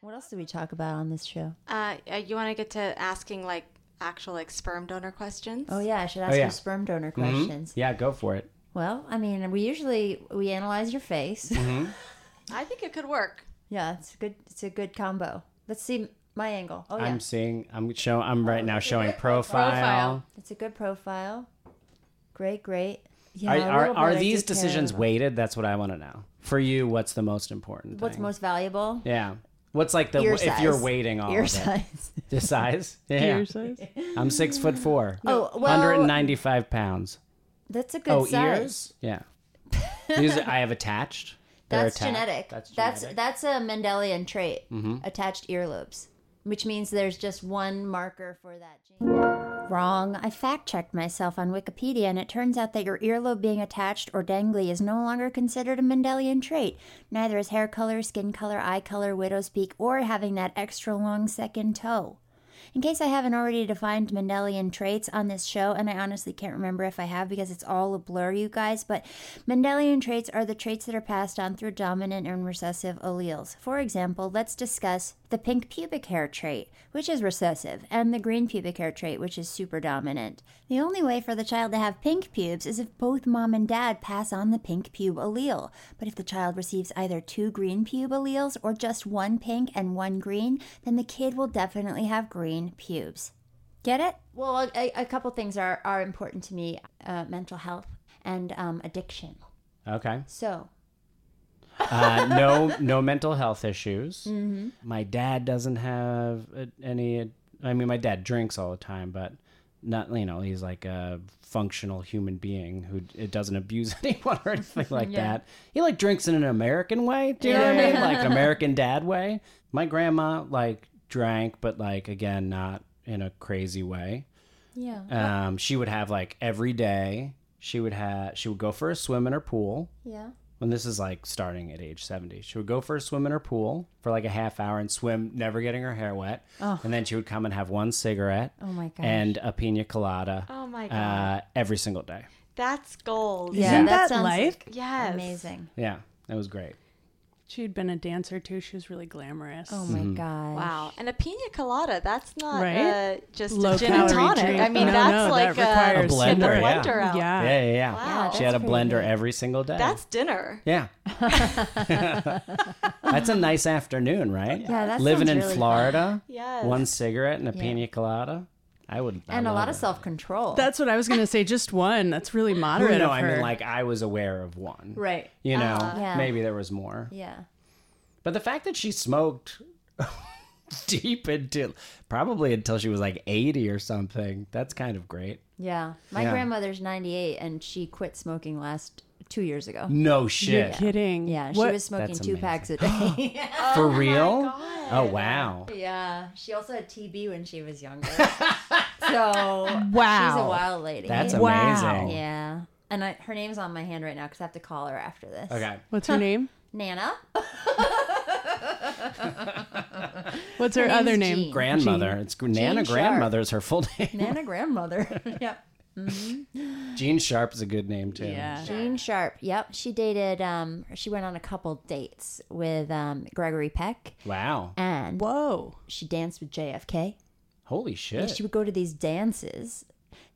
What else do we talk about on this show? Uh, uh, you want to get to asking like actual like sperm donor questions? Oh yeah, I should ask yeah. Mm-hmm. you sperm donor questions. Yeah, go for it. Well, I mean, we usually we analyze your face. Mm-hmm. I think it could work. *laughs* yeah, it's good. It's a good combo. Let's see my angle. Oh yeah, I'm seeing. I'm show. I'm right now showing profile. it's a good profile. Great, great. Yeah, a Are, are, little are bit I these do care decisions about- weighted? That's what I want to know. For you, what's the most important? What's thing? most valuable? Yeah. What's like the Ear if you're size. weighting all Your of it? size. The *laughs* size? Yeah. I'm six foot four. Oh, well- 195 pounds. *laughs* That's a good Oh, size. ears? *laughs* Yeah. These are- I have attached. They're That's attached. genetic. That's genetic. Mm-hmm. That's that's a Mendelian trait. Attached earlobes, which means there's just one marker for that gene. Wrong. I fact checked myself on Wikipedia, and it turns out that your earlobe being attached or dangly is no longer considered a Mendelian trait. Neither is hair color, skin color, eye color, widow's peak, or having that extra long second toe. In case I haven't already defined Mendelian traits on this show, and I honestly can't remember if I have because it's all a blur, you guys, but Mendelian traits are the traits that are passed on through dominant and recessive alleles. For example, let's discuss the pink pubic hair trait, which is recessive, and the green pubic hair trait, which is super dominant. The only way for the child to have pink pubes is if both mom and dad pass on the pink pube allele. But if the child receives either two green pube alleles or just one pink and one green, then the kid will definitely have green pubes. Get it? Well, a, a couple things are, are important to me uh, mental health and um, addiction. Okay. So, Uh, no, no mental health issues. My dad doesn't have uh, any. I mean, my dad drinks all the time, but not. You know, he's like a functional human being who it doesn't abuse *laughs* anyone or anything like that. He like drinks in an American way. Do you know what I mean? Like an American dad way. My grandma like drank, but like again, not in a crazy way. Yeah. Um, she would have like every day. She would have. She would go for a swim in her pool yeah. when this is like starting at age 70 she would go for a swim in her pool for like a half hour and swim never getting her hair wet and then she would come and have one cigarette Oh my gosh. and a pina colada Oh my uh, every single day That's gold. Yeah, Isn't that that, sounds life? Yes. Amazing. yeah that was great She'd been a dancer too. She was really glamorous. Oh Mm-hmm. my god. Wow. And a pina colada, that's not Right? uh, just Low a gin and calorie tonic. drink. I mean, No, that's no, like that requires A blender, yeah. blender out. yeah. yeah yeah yeah Wow. she had a that's pretty blender good. every single day That's dinner. yeah *laughs* that's a nice afternoon right Yeah, that living sounds in really florida Yes. one cigarette and a pina colada i would I And a love lot it. of self control. That's what I was gonna say. Just one. That's really Well, moderate. no, of I her. mean, like I was aware of one. Right. You know, Uh-huh. Yeah. maybe there was more. yeah. But the fact that she smoked *laughs* deep into probably until she was like 80 or something, that's kind of great. Yeah. My Yeah. grandmother's 98 and she quit smoking last two years ago. No You're shit. kidding. Yeah. She What- was smoking That's two amazing. *laughs* packs a day. For real? Oh, wow. yeah. She also had TB when she *laughs* was younger. so Wow. she's a wild lady. That's Wow. amazing. Yeah. And I, her name's on my hand right now because I have to call her after this. Okay. *laughs* What's her name? Nana. What's her, name's other name? Jean. Grandmother. It's gr- Nana Jean Sharp. Grandmother is her full *laughs* name. Nana grandmother. *laughs* yep. Jean Sharp is a good name too. Yeah. Jean Sharp. Yep. She dated, um, she went on a couple dates with um, Gregory Peck Wow. and Whoa. she danced with JFK. Holy Yeah, shit. she would go to these dances.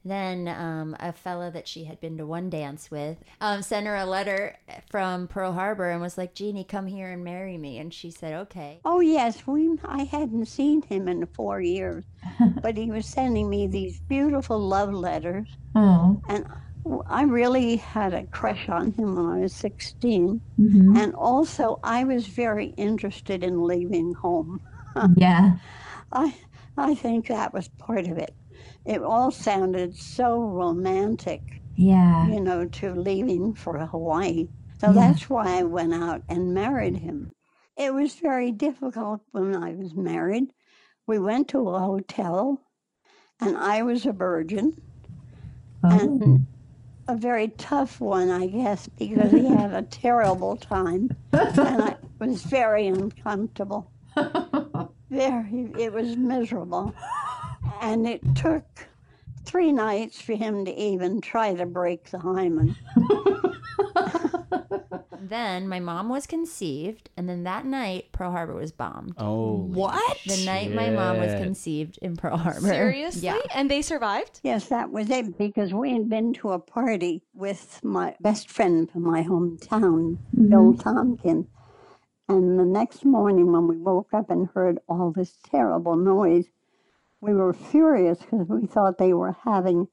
Then um, a fella that she had been to one dance with um, sent her a letter from Pearl Harbor and was like, "Jeannie, come here and marry me." And she said, "Okay." Oh, yes. We, I hadn't seen him in *laughs* four years, but he was sending me these beautiful love letters. Oh. And I really had a crush on him when I was 16. Mm-hmm. And also, I was very interested in leaving home. *laughs* Yeah. I, I think that was part of it. It all sounded so romantic, Yeah. you know, to leaving for Hawaii. So that's why I went out and married him. It was very difficult when I was married. We went to a hotel, and I was a virgin, and a very tough one, I guess, because he had a terrible time, and I was very uncomfortable. Very, it was miserable, and it took three nights for him to even try to break the hymen. Then my mom was conceived, and then that night Pearl Harbor was bombed. oh. What? the night my mom was conceived in Pearl Harbor. *laughs* Seriously? Yeah. And they survived? Yes, that was it because we had been to a party with my best friend from my hometown, Bill Tompkin. And the next morning, when we woke up and heard all this terrible noise, we were furious because we thought they were having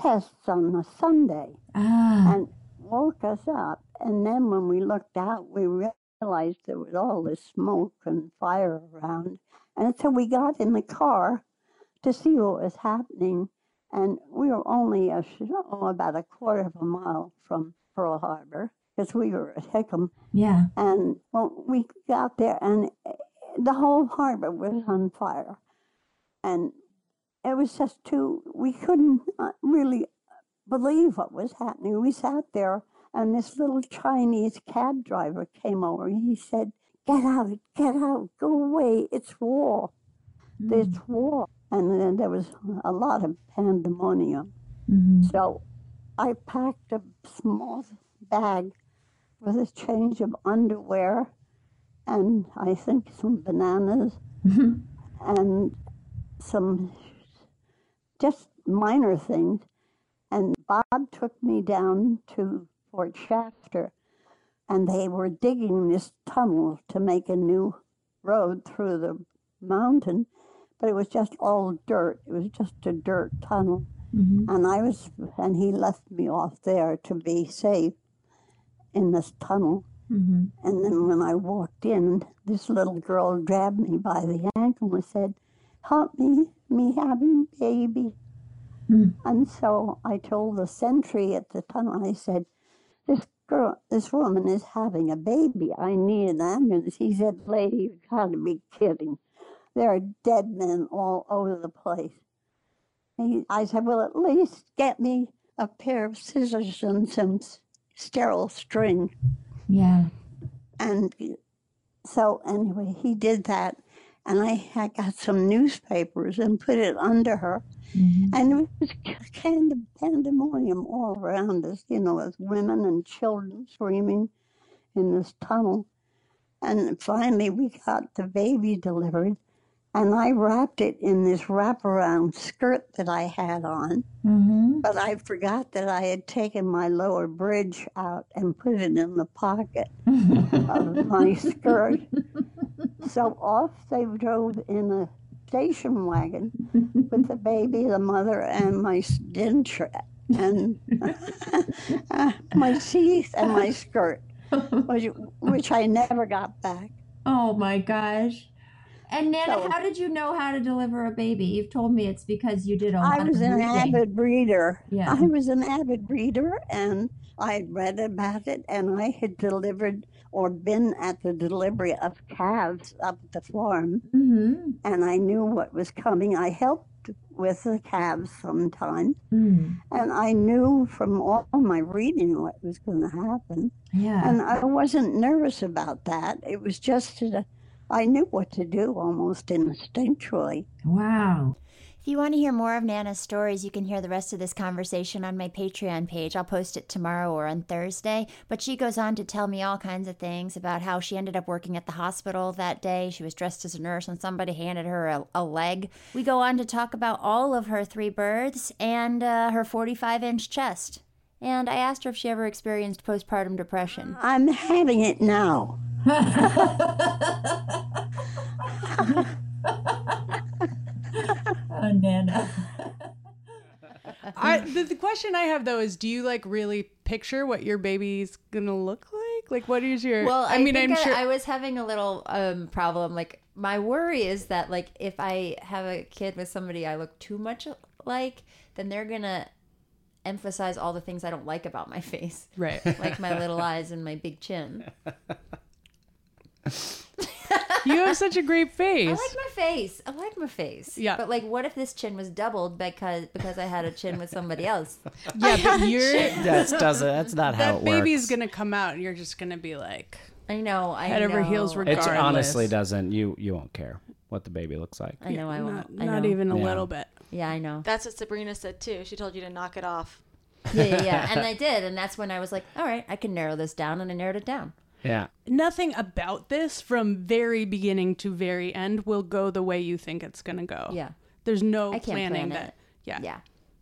tests on a Sunday Ah. and woke us up. And then when we looked out, we realized there was all this smoke and fire around. And so we got in the car to see what was happening. And we were only a, sh- oh, about a quarter of a mile from Pearl Harbor because we were at Hickam. Yeah. And well, we got there, and the whole harbor was on fire, and it was just too. We couldn't uh, really believe what was happening. We sat there, and this little Chinese cab driver came over. and He said, "Get out! Get out! Go away! It's war! It's war!" And then there was a lot of pandemonium. So I packed a small bag with a change of underwear and I think some bananas and some just minor things. And Bob took me down to Fort Shafter and they were digging this tunnel to make a new road through the mountain, but it was just all dirt. It was just a dirt tunnel. And I was, and he left me off there to be safe in this tunnel. And then when I walked in, this little girl grabbed me by the ankle and said, Help me, me having baby. And so I told the sentry at the tunnel, I said, This girl, this woman is having a baby. I need an ambulance. He said, Lady, you've got to be kidding. There are dead men all over the place. And he- I said, Well, at least get me a pair of scissors and some s- sterile string. Yeah. And so, anyway, he did that. And I had got some newspapers and put it under her. And it was kind of pandemonium all around us, you know, with women and children screaming in this tunnel. And finally, we got the baby delivered. And I wrapped it in this wraparound skirt that I had on. But I forgot that I had taken my lower bridge out and put it in the pocket of my skirt. So off they drove in a station wagon with the baby, the mother, and my denture and *laughs* my teeth and my skirt, which, which I never got back. Oh my gosh. And Nana, So- how did you know how to deliver a baby? You've told me it's because you did a lot I was of an reading. avid reader. Yeah. I was an avid reader, and I had read about it, and I had delivered or been at the delivery of calves up at the farm, Mhm. and I knew what was coming. I helped with the calves sometimes, Mm. and I knew from all my reading what was going to happen. Yeah. And I wasn't nervous about that. It was just that I knew what to do almost instinctually. Wow. If you want to hear more of Nana's stories, you can hear the rest of this conversation on my Patreon page. I'll post it tomorrow or on Thursday. But she goes on to tell me all kinds of things about how she ended up working at the hospital that day. She was dressed as a nurse and somebody handed her a, a leg. We go on to talk about all of her three births and uh, her 45 inch chest. And I asked her if she ever experienced postpartum depression. I'm having it now. Oh, Nana. I, the, the question I have though is, do you like really picture what your baby's gonna look like? Like, what is your? Well, I, mean, think I'm I, sure. I was having a little um, problem. Like my worry is that like if I have a kid with somebody I look too much like, then they're gonna emphasize all the things I don't like about my *laughs* face, Right. *laughs* Like my *laughs* little eyes and my big chin. you have such a great face. I like my face. I like my face. Yeah. But like, what if this chin was doubled because because I had a chin with *laughs* somebody else? yeah, but you're That's doesn't. That's not how *laughs* that it baby's works. gonna come out, and you're just gonna be like I know. I head over know. heels. Regardless, Uh, It honestly doesn't. You you won't care what the baby looks like. I know. I Not- won't. I not know. even a Yeah. little bit. Yeah, I know. That's what Sabrina said too. She told you to knock it off. Yeah, yeah, yeah. and *laughs* I did, and that's when I was like, all right, I can narrow this down, and I narrowed it down. Yeah. Nothing about this from very beginning to very end will go the way you think it's gonna go. Yeah. There's no I can't planning plan that. it. Yeah. Yeah.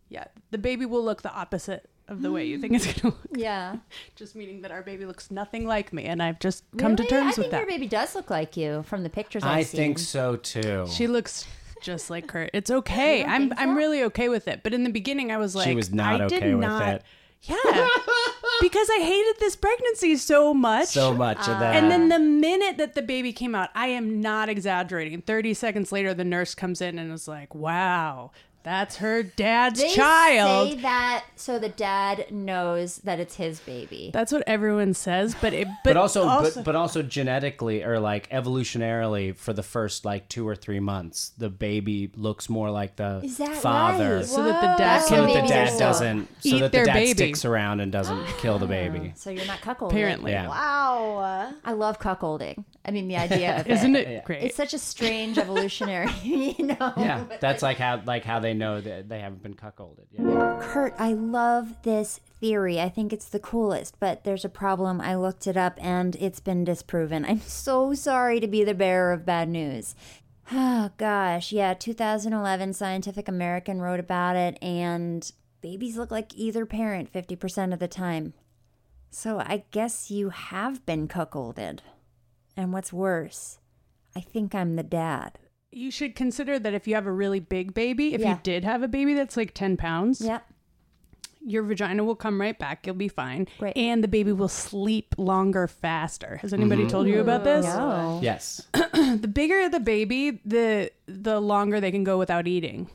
Yeah. The baby will look the opposite of the way you think it's gonna look. *laughs* Yeah. Just meaning that our baby looks nothing like me, and I've just come to Really? I terms think with that. your baby does look like you from the pictures I've I seen. think so too. She looks just like her. *laughs* It's okay. I'm I'm really okay with it. But in the beginning, I was like, was not I did okay with not, it. Yeah, because I hated this pregnancy so much. so much of that. uh, And then the minute that the baby came out, I am not exaggerating. Thirty seconds later, the nurse comes in and is like, "Wow, That's her dad's They child. say that so the dad knows that it's his baby. That's what everyone says, but it But, but, also, but, but also genetically or like evolutionarily for the first like two or three months, the baby looks more like the Is that father, right? So that the dad so that can the eat dad their- doesn't, so eat that the their dad baby. sticks around and *gasps* doesn't kill the baby. So you're not cuckolding. Apparently. Yeah. Wow. I love cuckolding. I mean, the *laughs* idea of Isn't it. it Yeah. great? It's such a strange evolutionary, *laughs* you know. *laughs* Yeah, that's like how like how they know that they haven't been cuckolded. Yeah. Kurt, I love this theory. I think it's the coolest, but there's a problem. I looked it up and it's been disproven. I'm so sorry to be the bearer of bad news. *sighs* Oh, gosh. Yeah, 2011, Scientific American wrote about it, and babies look like either parent 50% of the time. So I guess you have been cuckolded. And what's worse, I think I'm the dad. you should consider that if you have a really big baby, if Yeah. you did have a baby that's like 10 pounds, Yep. your vagina will come right back. You'll be fine. And the baby will sleep longer, faster. Has anybody Mhm. told you about this? No. Yes. the bigger the baby, the the longer they can go without eating.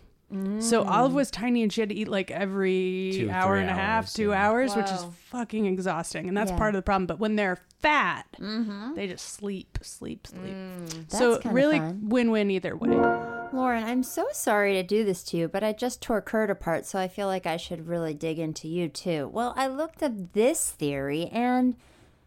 So Mm. Olive was tiny and she had to eat like every Two, hour three and a half, hours, two yeah. hours, which is Wow. fucking exhausting. And that's Yeah. part of the problem. But when they're fat, they just sleep, sleep, sleep. so Mm-hmm. Mm. That's kinda really fun. win win either way. Lauren, I'm so sorry to do this to you, but I just tore Kurt apart, so I feel like I should really dig into you too. Well, I looked up this theory, and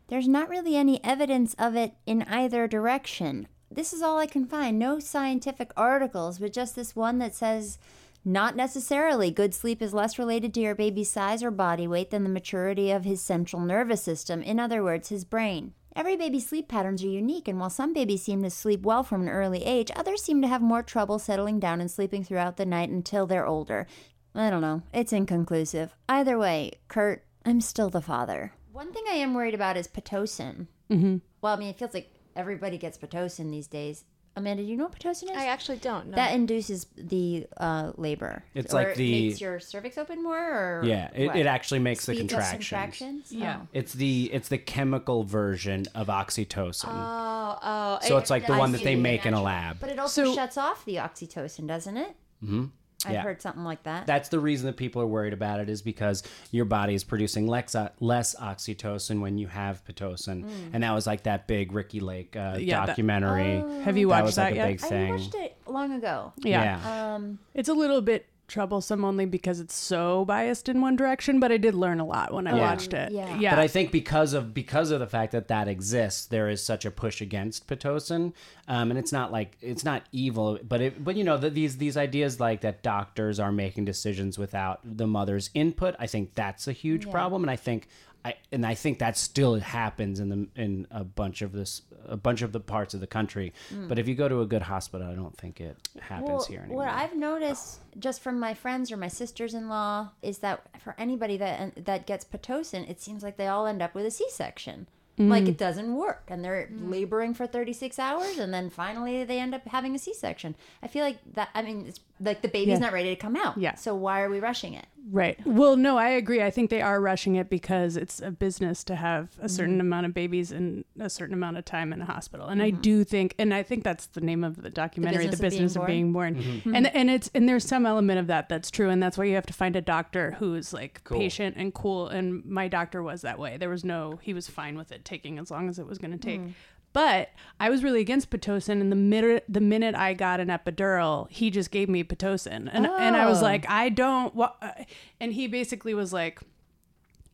there's not really any evidence of it in either direction. This is all I can find no scientific articles, but just this one that says not necessarily. Good sleep is less related to your baby's size or body weight than the maturity of his central nervous system, in other words, his brain. Every baby's sleep patterns are unique, and while some babies seem to sleep well from an early age, others seem to have more trouble settling down and sleeping throughout the night until they're older. I don't know. It's inconclusive. Either way, Kurt, I'm still the father. One thing I am worried about is Pitocin. Mm-hmm. Well, I mean, it feels like everybody gets Pitocin these days. Amanda, do you know what Pitocin is? I actually don't know. That induces the uh, labor. It's Or like it the- makes your cervix open more, or Yeah, it- what? it actually makes the Speeds up some contractions. contractions? Yeah. Oh. It's the it's the chemical version of oxytocin. oh, oh. so it's like the I one that see they the make in a natural- lab. But it also So- shuts off the oxytocin, doesn't it? hmm I've heard something like that. That's the reason that people are worried about it is because your body is producing lexa- less oxytocin when you have pitocin, Mm. and that was like that big Ricky Lake uh, Yeah, that- documentary. Have you that watched was that like yet? a big Oh. I thing. watched it long ago. Yeah. Um, It's a little bit troublesome only because it's so biased in one direction, but I did learn a lot when I Yeah. watched it. Yeah. yeah. But I think because of because of the fact that that exists, there is such a push against pitocin, um, and it's not like it's not evil, but it, but you know the, these these ideas like that doctors are making decisions without the mother's input. I think that's a huge problem, and I think I and I think that still happens in the in a bunch of this a bunch of the parts of the country. But if you go to a good hospital, I don't think it happens Hmm. well, here anymore. what I've noticed just from my friends or my sisters-in-law is that for anybody that that gets pitocin, it seems like they all end up with a C-section. Mm. Like it doesn't work, and they're Mm. laboring for 36 hours, and then finally they end up having a C-section. I feel like that. I mean, it's like the baby's Yeah. not ready to come out. Yeah. So why are we rushing it? Right. Well, no, I agree. I think they are rushing it because it's a business to have a certain Mm-hmm. amount of babies in a certain amount of time in a hospital. And I do think, and I think that's the name of the documentary, The Business Business, of of Being Being Born. And and it's and there's some element of that that's true, and that's why you have to find a doctor who's like Cool. patient and cool. And my doctor was that way. There was no, he was fine with it taking as long as it was going to take. But I was really against pitocin, and the minute the minute I got an epidural, he just gave me pitocin, and and I was Oh. like, I don't. Wa-. uh," And he basically was like,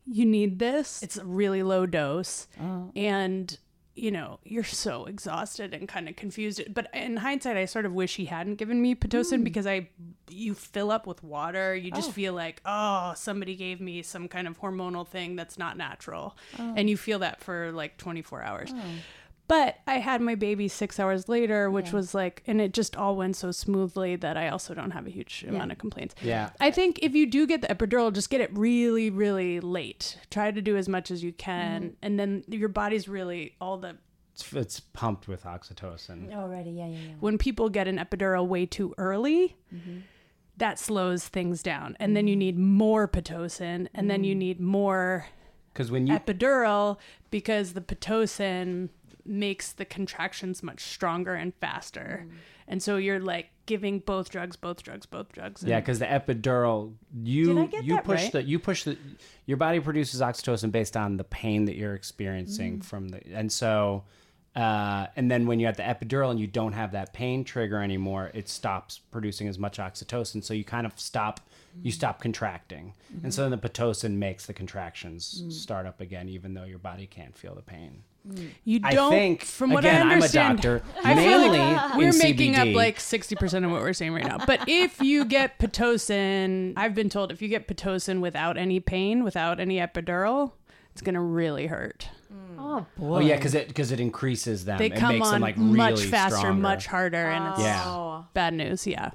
You need this. Uh-huh. It's a really low dose, and you know you're so exhausted and kind of confused. But in hindsight, I sort of wish he hadn't given me pitocin because I, you fill up with water. You just feel like, oh, somebody gave me some kind of hormonal thing that's not natural, and you feel that for like 24 hours. But I had my baby six hours later, which was like, and it just all went so smoothly that I also don't have a huge amount of complaints. Yeah. I think if you do get the epidural, just get it really, really late. Try to do as much as you can. And then your body's really all the. it's, it's pumped with oxytocin. Already, yeah, yeah, yeah. When people get an epidural way too early, that slows things down. And then you need more Pitocin, and then you need more Because when you epidural because the Pitocin makes the contractions much stronger and faster. Mm. And so you're like giving both drugs, both drugs, both drugs. Yeah, and- because the epidural, you Did I get you that push right? the you push the your body produces oxytocin based on the pain that you're experiencing Mm. from the and so uh, and then when you have the epidural and you don't have that pain trigger anymore, it stops producing as much oxytocin. So you kind of stop you Mm. stop contracting, and so then the pitocin makes the contractions Mm-hmm. Mm. start up again, even though your body can't feel the pain. You I don't. think, from what again, I I'm a understand, doctor, I feel like mainly we're in making CBD. up like sixty percent of what we're saying right now. But if you get pitocin, I've been told if you get pitocin without any pain, without any epidural, it's gonna really hurt. Oh Oh yeah, because it because it increases them. they it come makes on them like really much faster, stronger. much harder, and it's Yeah. Oh, bad news. Yeah.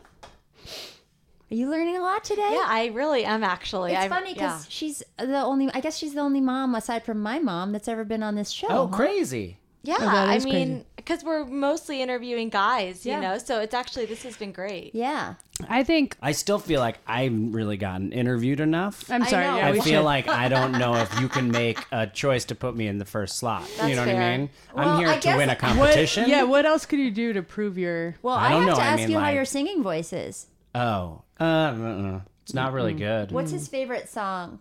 Are you learning a lot today? Yeah, I really am actually. It's I'm, funny because yeah. she's the only. I guess she's the only mom aside from my mom that's ever been on this show. Oh, Uh-huh. huh? crazy! Yeah, Oh, that I is crazy. mean, because we're mostly interviewing guys, you Yeah. know, so it's actually, this has been great. Yeah. I think I still feel like I haven't really gotten interviewed enough. I'm I sorry, know. yeah, I we feel should. like *laughs* I don't know if you can make a choice to put me in the first slot. you That's know what I fair. mean? Well, I'm here I to guess- win a competition. What, yeah. What else could you do to prove your? Well, I I, don't have know, to I ask mean, you how like- your singing voice is. Oh, uh, uh-uh. it's not really good. What's his favorite song?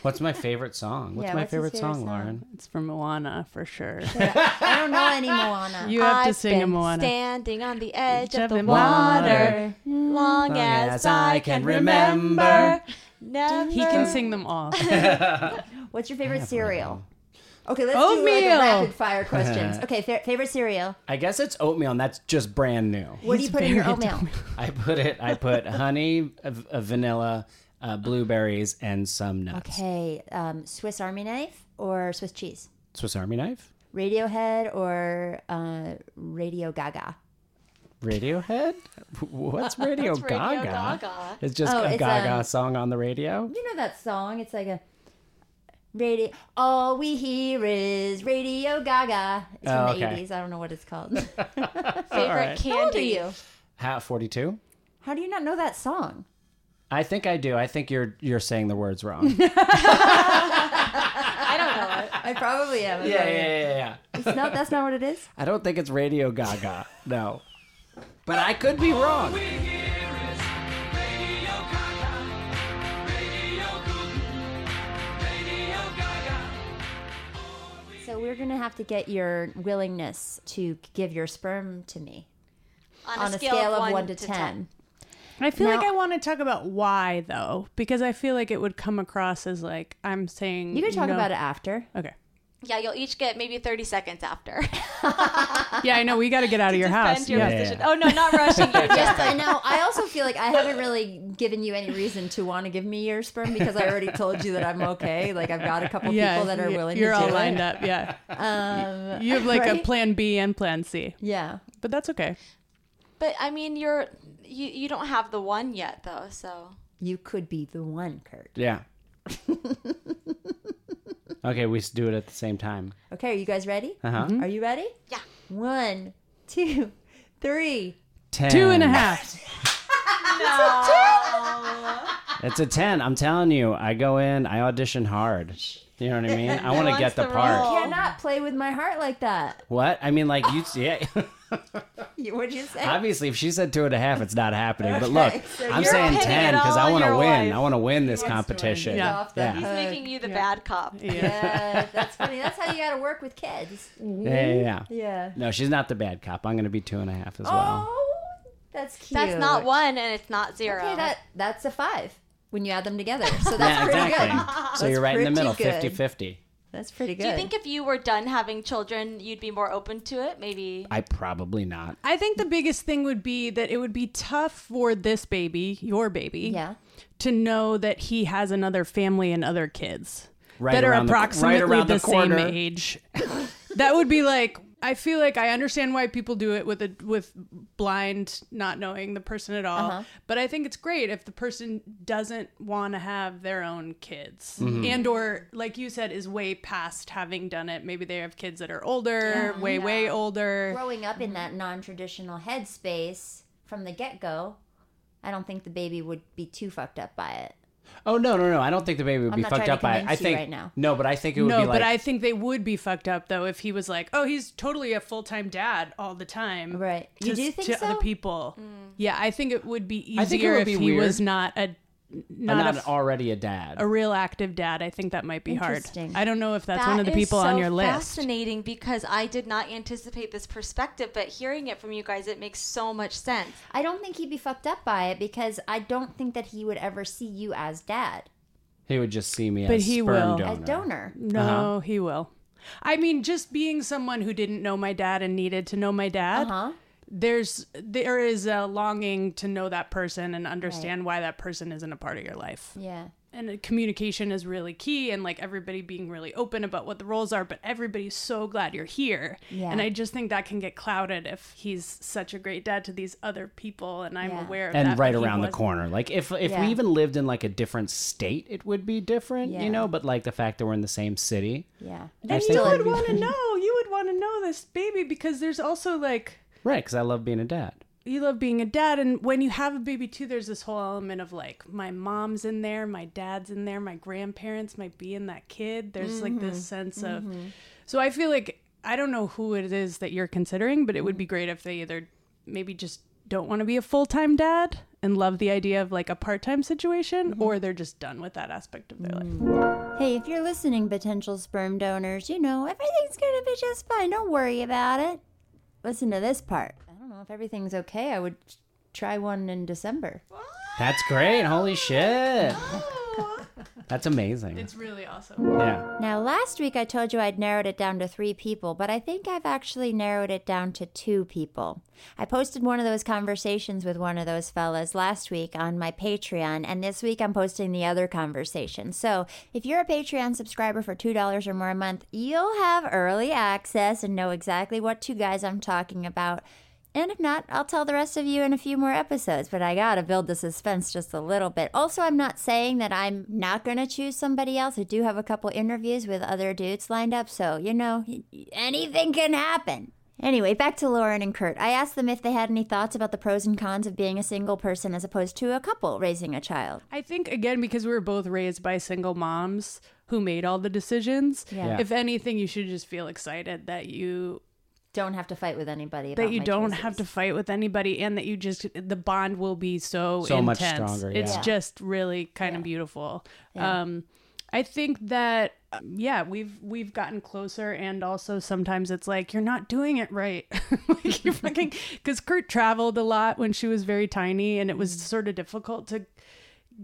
What's my favorite song? What's Yeah, my what's his favorite, favorite song, song? Lauren? It's from Moana for sure. I don't know *laughs* any Moana. You have to I've sing a been Moana. Standing on the edge of the of water, water, long, long as, as I I can can remember. remember. Never. He can sing them *laughs* all. What's your favorite cereal? Okay, let's do like Oatmeal. *laughs* rapid fire questions. Okay, fa- favorite cereal. I guess it's oatmeal, and that's just brand new. What *laughs* do you put in your oatmeal? I put it. I put honey, a, a vanilla, uh, blueberries, and some nuts. Okay, um, Swiss Army knife or Swiss cheese? Swiss Army knife. Radiohead or uh, Radio Gaga? Radiohead? *laughs* What's Radio What's Radio Gaga? Gaga? It's just Oh, a it's, Gaga um, song on the radio. You know that song? It's like a radio. All we hear is Radio Gaga. It's from Oh, the okay. 80s. I don't know what it's called. *laughs* right. How old are you? Hat 42? How do you not know that song? I think I do. I think you're you're saying the words wrong. I don't know it. I probably am. Yeah, yeah, yeah, yeah. It's not, that's not what it is. I don't think it's Radio Gaga. *laughs* No. But I could be wrong. So we're gonna have to get your willingness to give your sperm to me On a scale of one to 10. I feel Now- like I want to talk about why though, because I feel like it would come across as like I'm saying. You can talk no. about it after. Okay. Yeah, you'll each get maybe 30 seconds after. *laughs* Yeah, I know. We got to get *laughs* out of your house. defend your yeah. position. Oh, no, not rushing you. Yes, I know. I also feel like I haven't really given you any reason to want to give me your sperm because I already told you that I'm okay. Like I've got a couple Yeah, people that are y- willing. You're to all do lined it. up. Yeah. *laughs* Um, You have like a right? plan B and plan C. Yeah. But that's okay. But I mean, you're, you, you don't have the one yet, though, so. You could be the one, Kurt. Yeah. okay, we s- do it at the same time. Okay, are you guys ready? Uh-huh. Are you ready? Yeah. One, two, three. Ten. Two and a half. It's a 10. I'm telling you. I go in, I audition hard. You know what I mean? I want to get the, Oh. part. You cannot play with my heart like that. What? I mean, like, you, yeah. *laughs* You- What'd you say? Obviously, if she said two and a half, it's not happening. But look, Okay, so I'm you're saying pinning ten it because I all on want to your win. wife. I want to win this competition. He's off the yeah. He's hook. making you the bad cop. *laughs* Yeah, that's funny. That's how you got to work with kids. Yeah, yeah, yeah. Yeah. No, she's not the bad cop. I'm going to be two and a half as well. Oh, that's cute. That's not one, and it's not zero. Okay, that that's a five when you add them together. So that's yeah, pretty exactly. good. So you're right That's in the pretty middle, good. 50 50. *laughs* That's pretty good. Do you think if you were done having children, you'd be more open to it? Maybe. I probably not. I think the biggest thing would be that it would be tough for this baby, your baby, yeah. to know that he has another family and other kids Right that are around the- right approximately around the same corner. age. *laughs* that would be like I feel like I understand why people do it with a with blind not knowing the person at all. Uh-huh. But I think it's great if the person doesn't want to have their own kids Mhm. and or like you said is way past having done it. Maybe they have kids that are older, way way older. Growing up in that non-traditional headspace from the get-go, I don't think the baby would be too fucked up by it. Oh no, no, no! I don't think the baby would I'm be not fucked trying to up by it. I convince you think right now. no, but I think it would no, be like but I think they would be fucked up though if he was like, "Oh, he's totally a full time dad all the time." Right? To, You do think to other so? people? Yeah, I think it would be I think it easier would if be he weird. was not a not, not, a, f- already a dad. a real active dad. I think that might be hard. Interesting. I don't know if that's That one of the is people on so your list. Fascinating because I did not anticipate this perspective, but hearing it from you guys, it makes so much sense. I don't think he'd be fucked up by it because I don't think that he would ever see you as dad, He would just see me But as he sperm will. donor. as donor. No, Uh-huh. he will. I mean, just being someone who didn't know my dad and needed to know my dad. Uh-huh. There's there is a longing to know that person and understand why that person isn't a part of your life. Yeah. And uh, communication is really key and like everybody being really open about what the roles are, but everybody's so glad you're here. Yeah. And I just think that can get clouded if he's such a great dad to these other people and I'm Yeah. aware of that. and right but he around the wasn't. corner. Like if if Yeah. we even lived in like a different state, it would be different, Yeah. you know. But like the fact that we're in the same city, yeah, I Then think you it would would be- want to know. You would want to know this baby because there's also like *laughs* right? Because I love being a dad. you love being a dad and when you have a baby too there's this whole element of like my mom's in there my dad's in there my grandparents might be in that kid there's like this Mhm. sense of Mhm. so i feel like i don't know who it is that you're considering but it would be great if they either maybe just don't want to be a full-time dad and love the idea of like a part-time situation or they're just done with that aspect of their life Hey, if you're listening, potential sperm donors, you know, everything's going to be just fine. Don't worry about it. Listen to this part. I don't know if everything's okay. I would try one in December. That's great. Holy *laughs* shit. That's amazing. it's really awesome yeah. Now, last week I told you I'd narrowed it down to three people, but I think I've actually narrowed it down to two people. I posted one of those conversations with one of those fellas last week on my Patreon, and this week I'm posting the other conversation. So, if you're a Patreon subscriber for $2 or more a month, you'll have early access and know exactly what two guys I'm talking about. And if not, I'll tell the rest of you in a few more episodes, but I gotta build the suspense just a little bit. Also, I'm not saying that I'm not gonna choose somebody else. I do have a couple interviews with other dudes lined up, so, you know, anything can happen. Anyway, back to Lauren and Kurt. I asked them if they had any thoughts about the pros and cons of being a single person as opposed to a couple raising a child. I think again because we were both raised by single moms who made all the decisions. Yeah. Yeah. If anything, you should just feel excited that you don't have to fight with anybody. That about you my don't have to fight with anybody, and that you just the bond will be so So much intense. stronger, It's yeah. just really kind of beautiful. Yeah. Um, I think that um, yeah, we've we've gotten closer, and also sometimes it's like you're not doing it right. *laughs* like you *laughs* fucking because Kurt traveled a lot when she was very tiny, and it was sort of difficult to.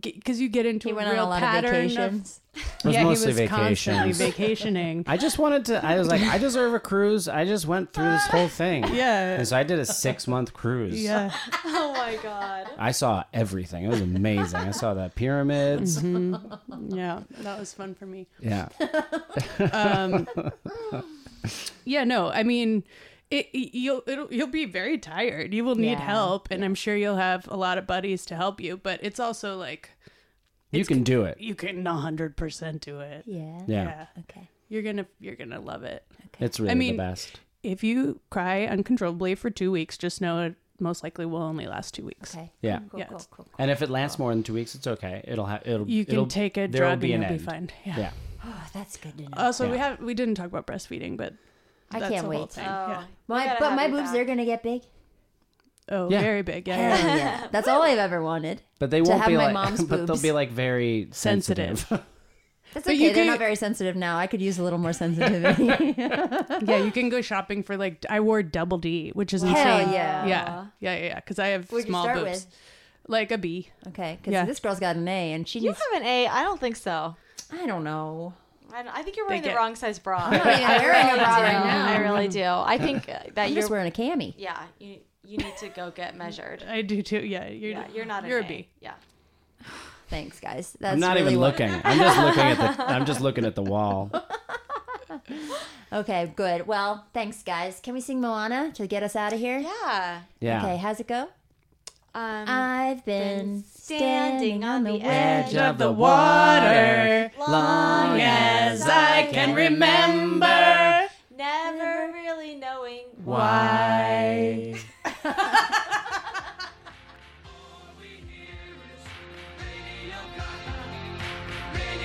Because you get into Mm-hmm. He a went on real a lot of pattern vacations. It was yeah, mostly he was constantly vacations. *laughs* vacationing. I just wanted to. I was like, I deserve a cruise. I just went through this whole thing. *laughs* Yeah. And so I did a six month cruise. Yeah. oh my god. I saw everything. It was amazing. I saw the pyramids. Mhm. Yeah, that was fun for me. *laughs* Yeah. um, yeah, no, I mean, it, it- you'll it'll, you'll be very tired. You will need Yeah. help, and I'm sure you'll have a lot of buddies to help you. But it's also like you can do it. you can 100 percent do it. Yeah. Yeah. Okay. You're gonna you're gonna love it. It's really I mean, the best. If you cry uncontrollably for two weeks, just know it most likely will only last two weeks. Okay. Yeah. yeah. it's- and if it lasts more than two weeks, it's okay. It'll have. It'll. You can it'll- take a there will drug be and an you'll be end. fine. Yeah. yeah. Oh, that's good to know. Also, we Yeah. have we didn't talk about breastfeeding, but I Uh, that's can't a whole wait. thing. Oh. Yeah. My- gotta but have my you boobs, back. they're gonna *coughs* get big. Oh, Yeah. very big. Yeah. Hell yeah. That's all I've ever wanted. But they to won't have be my like. mom's *laughs* but they'll boobs. be like very sensitive. That's But okay. you They're can- not very sensitive now. I could use a little *laughs* more sensitivity. yeah, *laughs* you can go shopping for like I wore double D, which is Hell insane. yeah. yeah, yeah, yeah, because I have What'd you small start boobs, with? like a B. Okay, because Yeah. this girl's got an A and she You needs. have an A. I don't think so. I *laughs* don't know. I, don't, I think you're wearing They the get- wrong size bra. *laughs* I'm not even wearing I a really bra do. right now. I really do. I think uh, that I'm you're just wearing a cami. Yeah, you you need to go get measured. I do too. Yeah, you're yeah, you're not. you're an a B. Yeah. Thanks, guys. *laughs* That's I'm not really even what- looking. I'm just looking at *laughs* the. I'm just looking at the wall. okay, good. Well, thanks, guys. Can we sing Moana to get us out of here? Yeah. Yeah. Okay, how's it go? Um, I've been standing on the edge of the water, long as I can remember. Never really knowing Why? All we hear is Radio Gaga.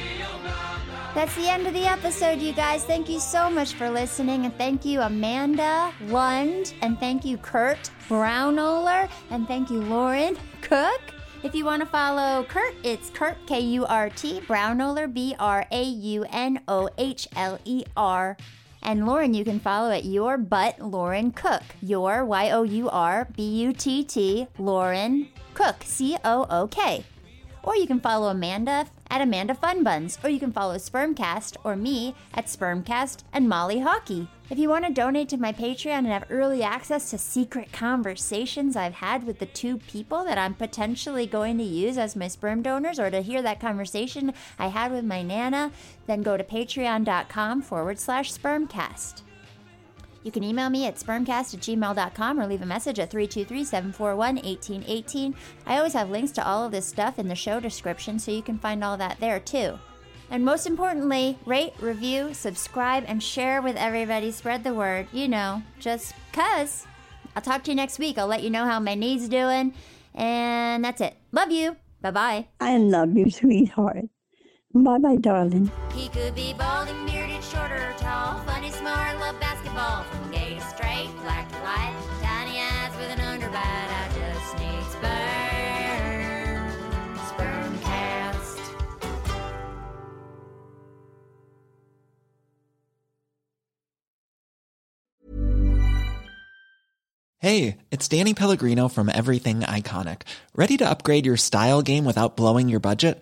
That's the end of the episode, you guys. Thank you so much for listening. And thank you, Amanda Lund. And thank you, Kurt Brownoler. And thank you, Lauren Cook. If you want to follow Kurt, it's Kurt, K U R T, Brownoler, B R A U N O H L E R. And Lauren, you can follow at your butt Lauren Cook. Your Y O U R B U T T Lauren Cook C O O K. Or you can follow Amanda at Amanda Fun Buns, or you can follow Spermcast or me at Spermcast and Molly Hockey. If you want to donate to my Patreon and have early access to secret conversations I've had with the two people that I'm potentially going to use as my sperm donors, or to hear that conversation I had with my Nana, then go to patreon.com forward slash spermcast. You can email me at spermcast at gmail.com or leave a message at 323 741 1818. I always have links to all of this stuff in the show description, so you can find all that there too. And most importantly, rate, review, subscribe, and share with everybody. Spread the word, you know, just cuz. I'll talk to you next week. I'll let you know how my knee's doing. And that's it. Love you. Bye bye. I love you, sweetheart. Bye bye, darling. He could be balding, bearded, short or tall. Funny, smart, love basketball. From gay to straight, black to white. Tiny eyes with an underbite. I just need sperm. Sperm cast. Hey, it's Danny Pellegrino from Everything Iconic. Ready to upgrade your style game without blowing your budget?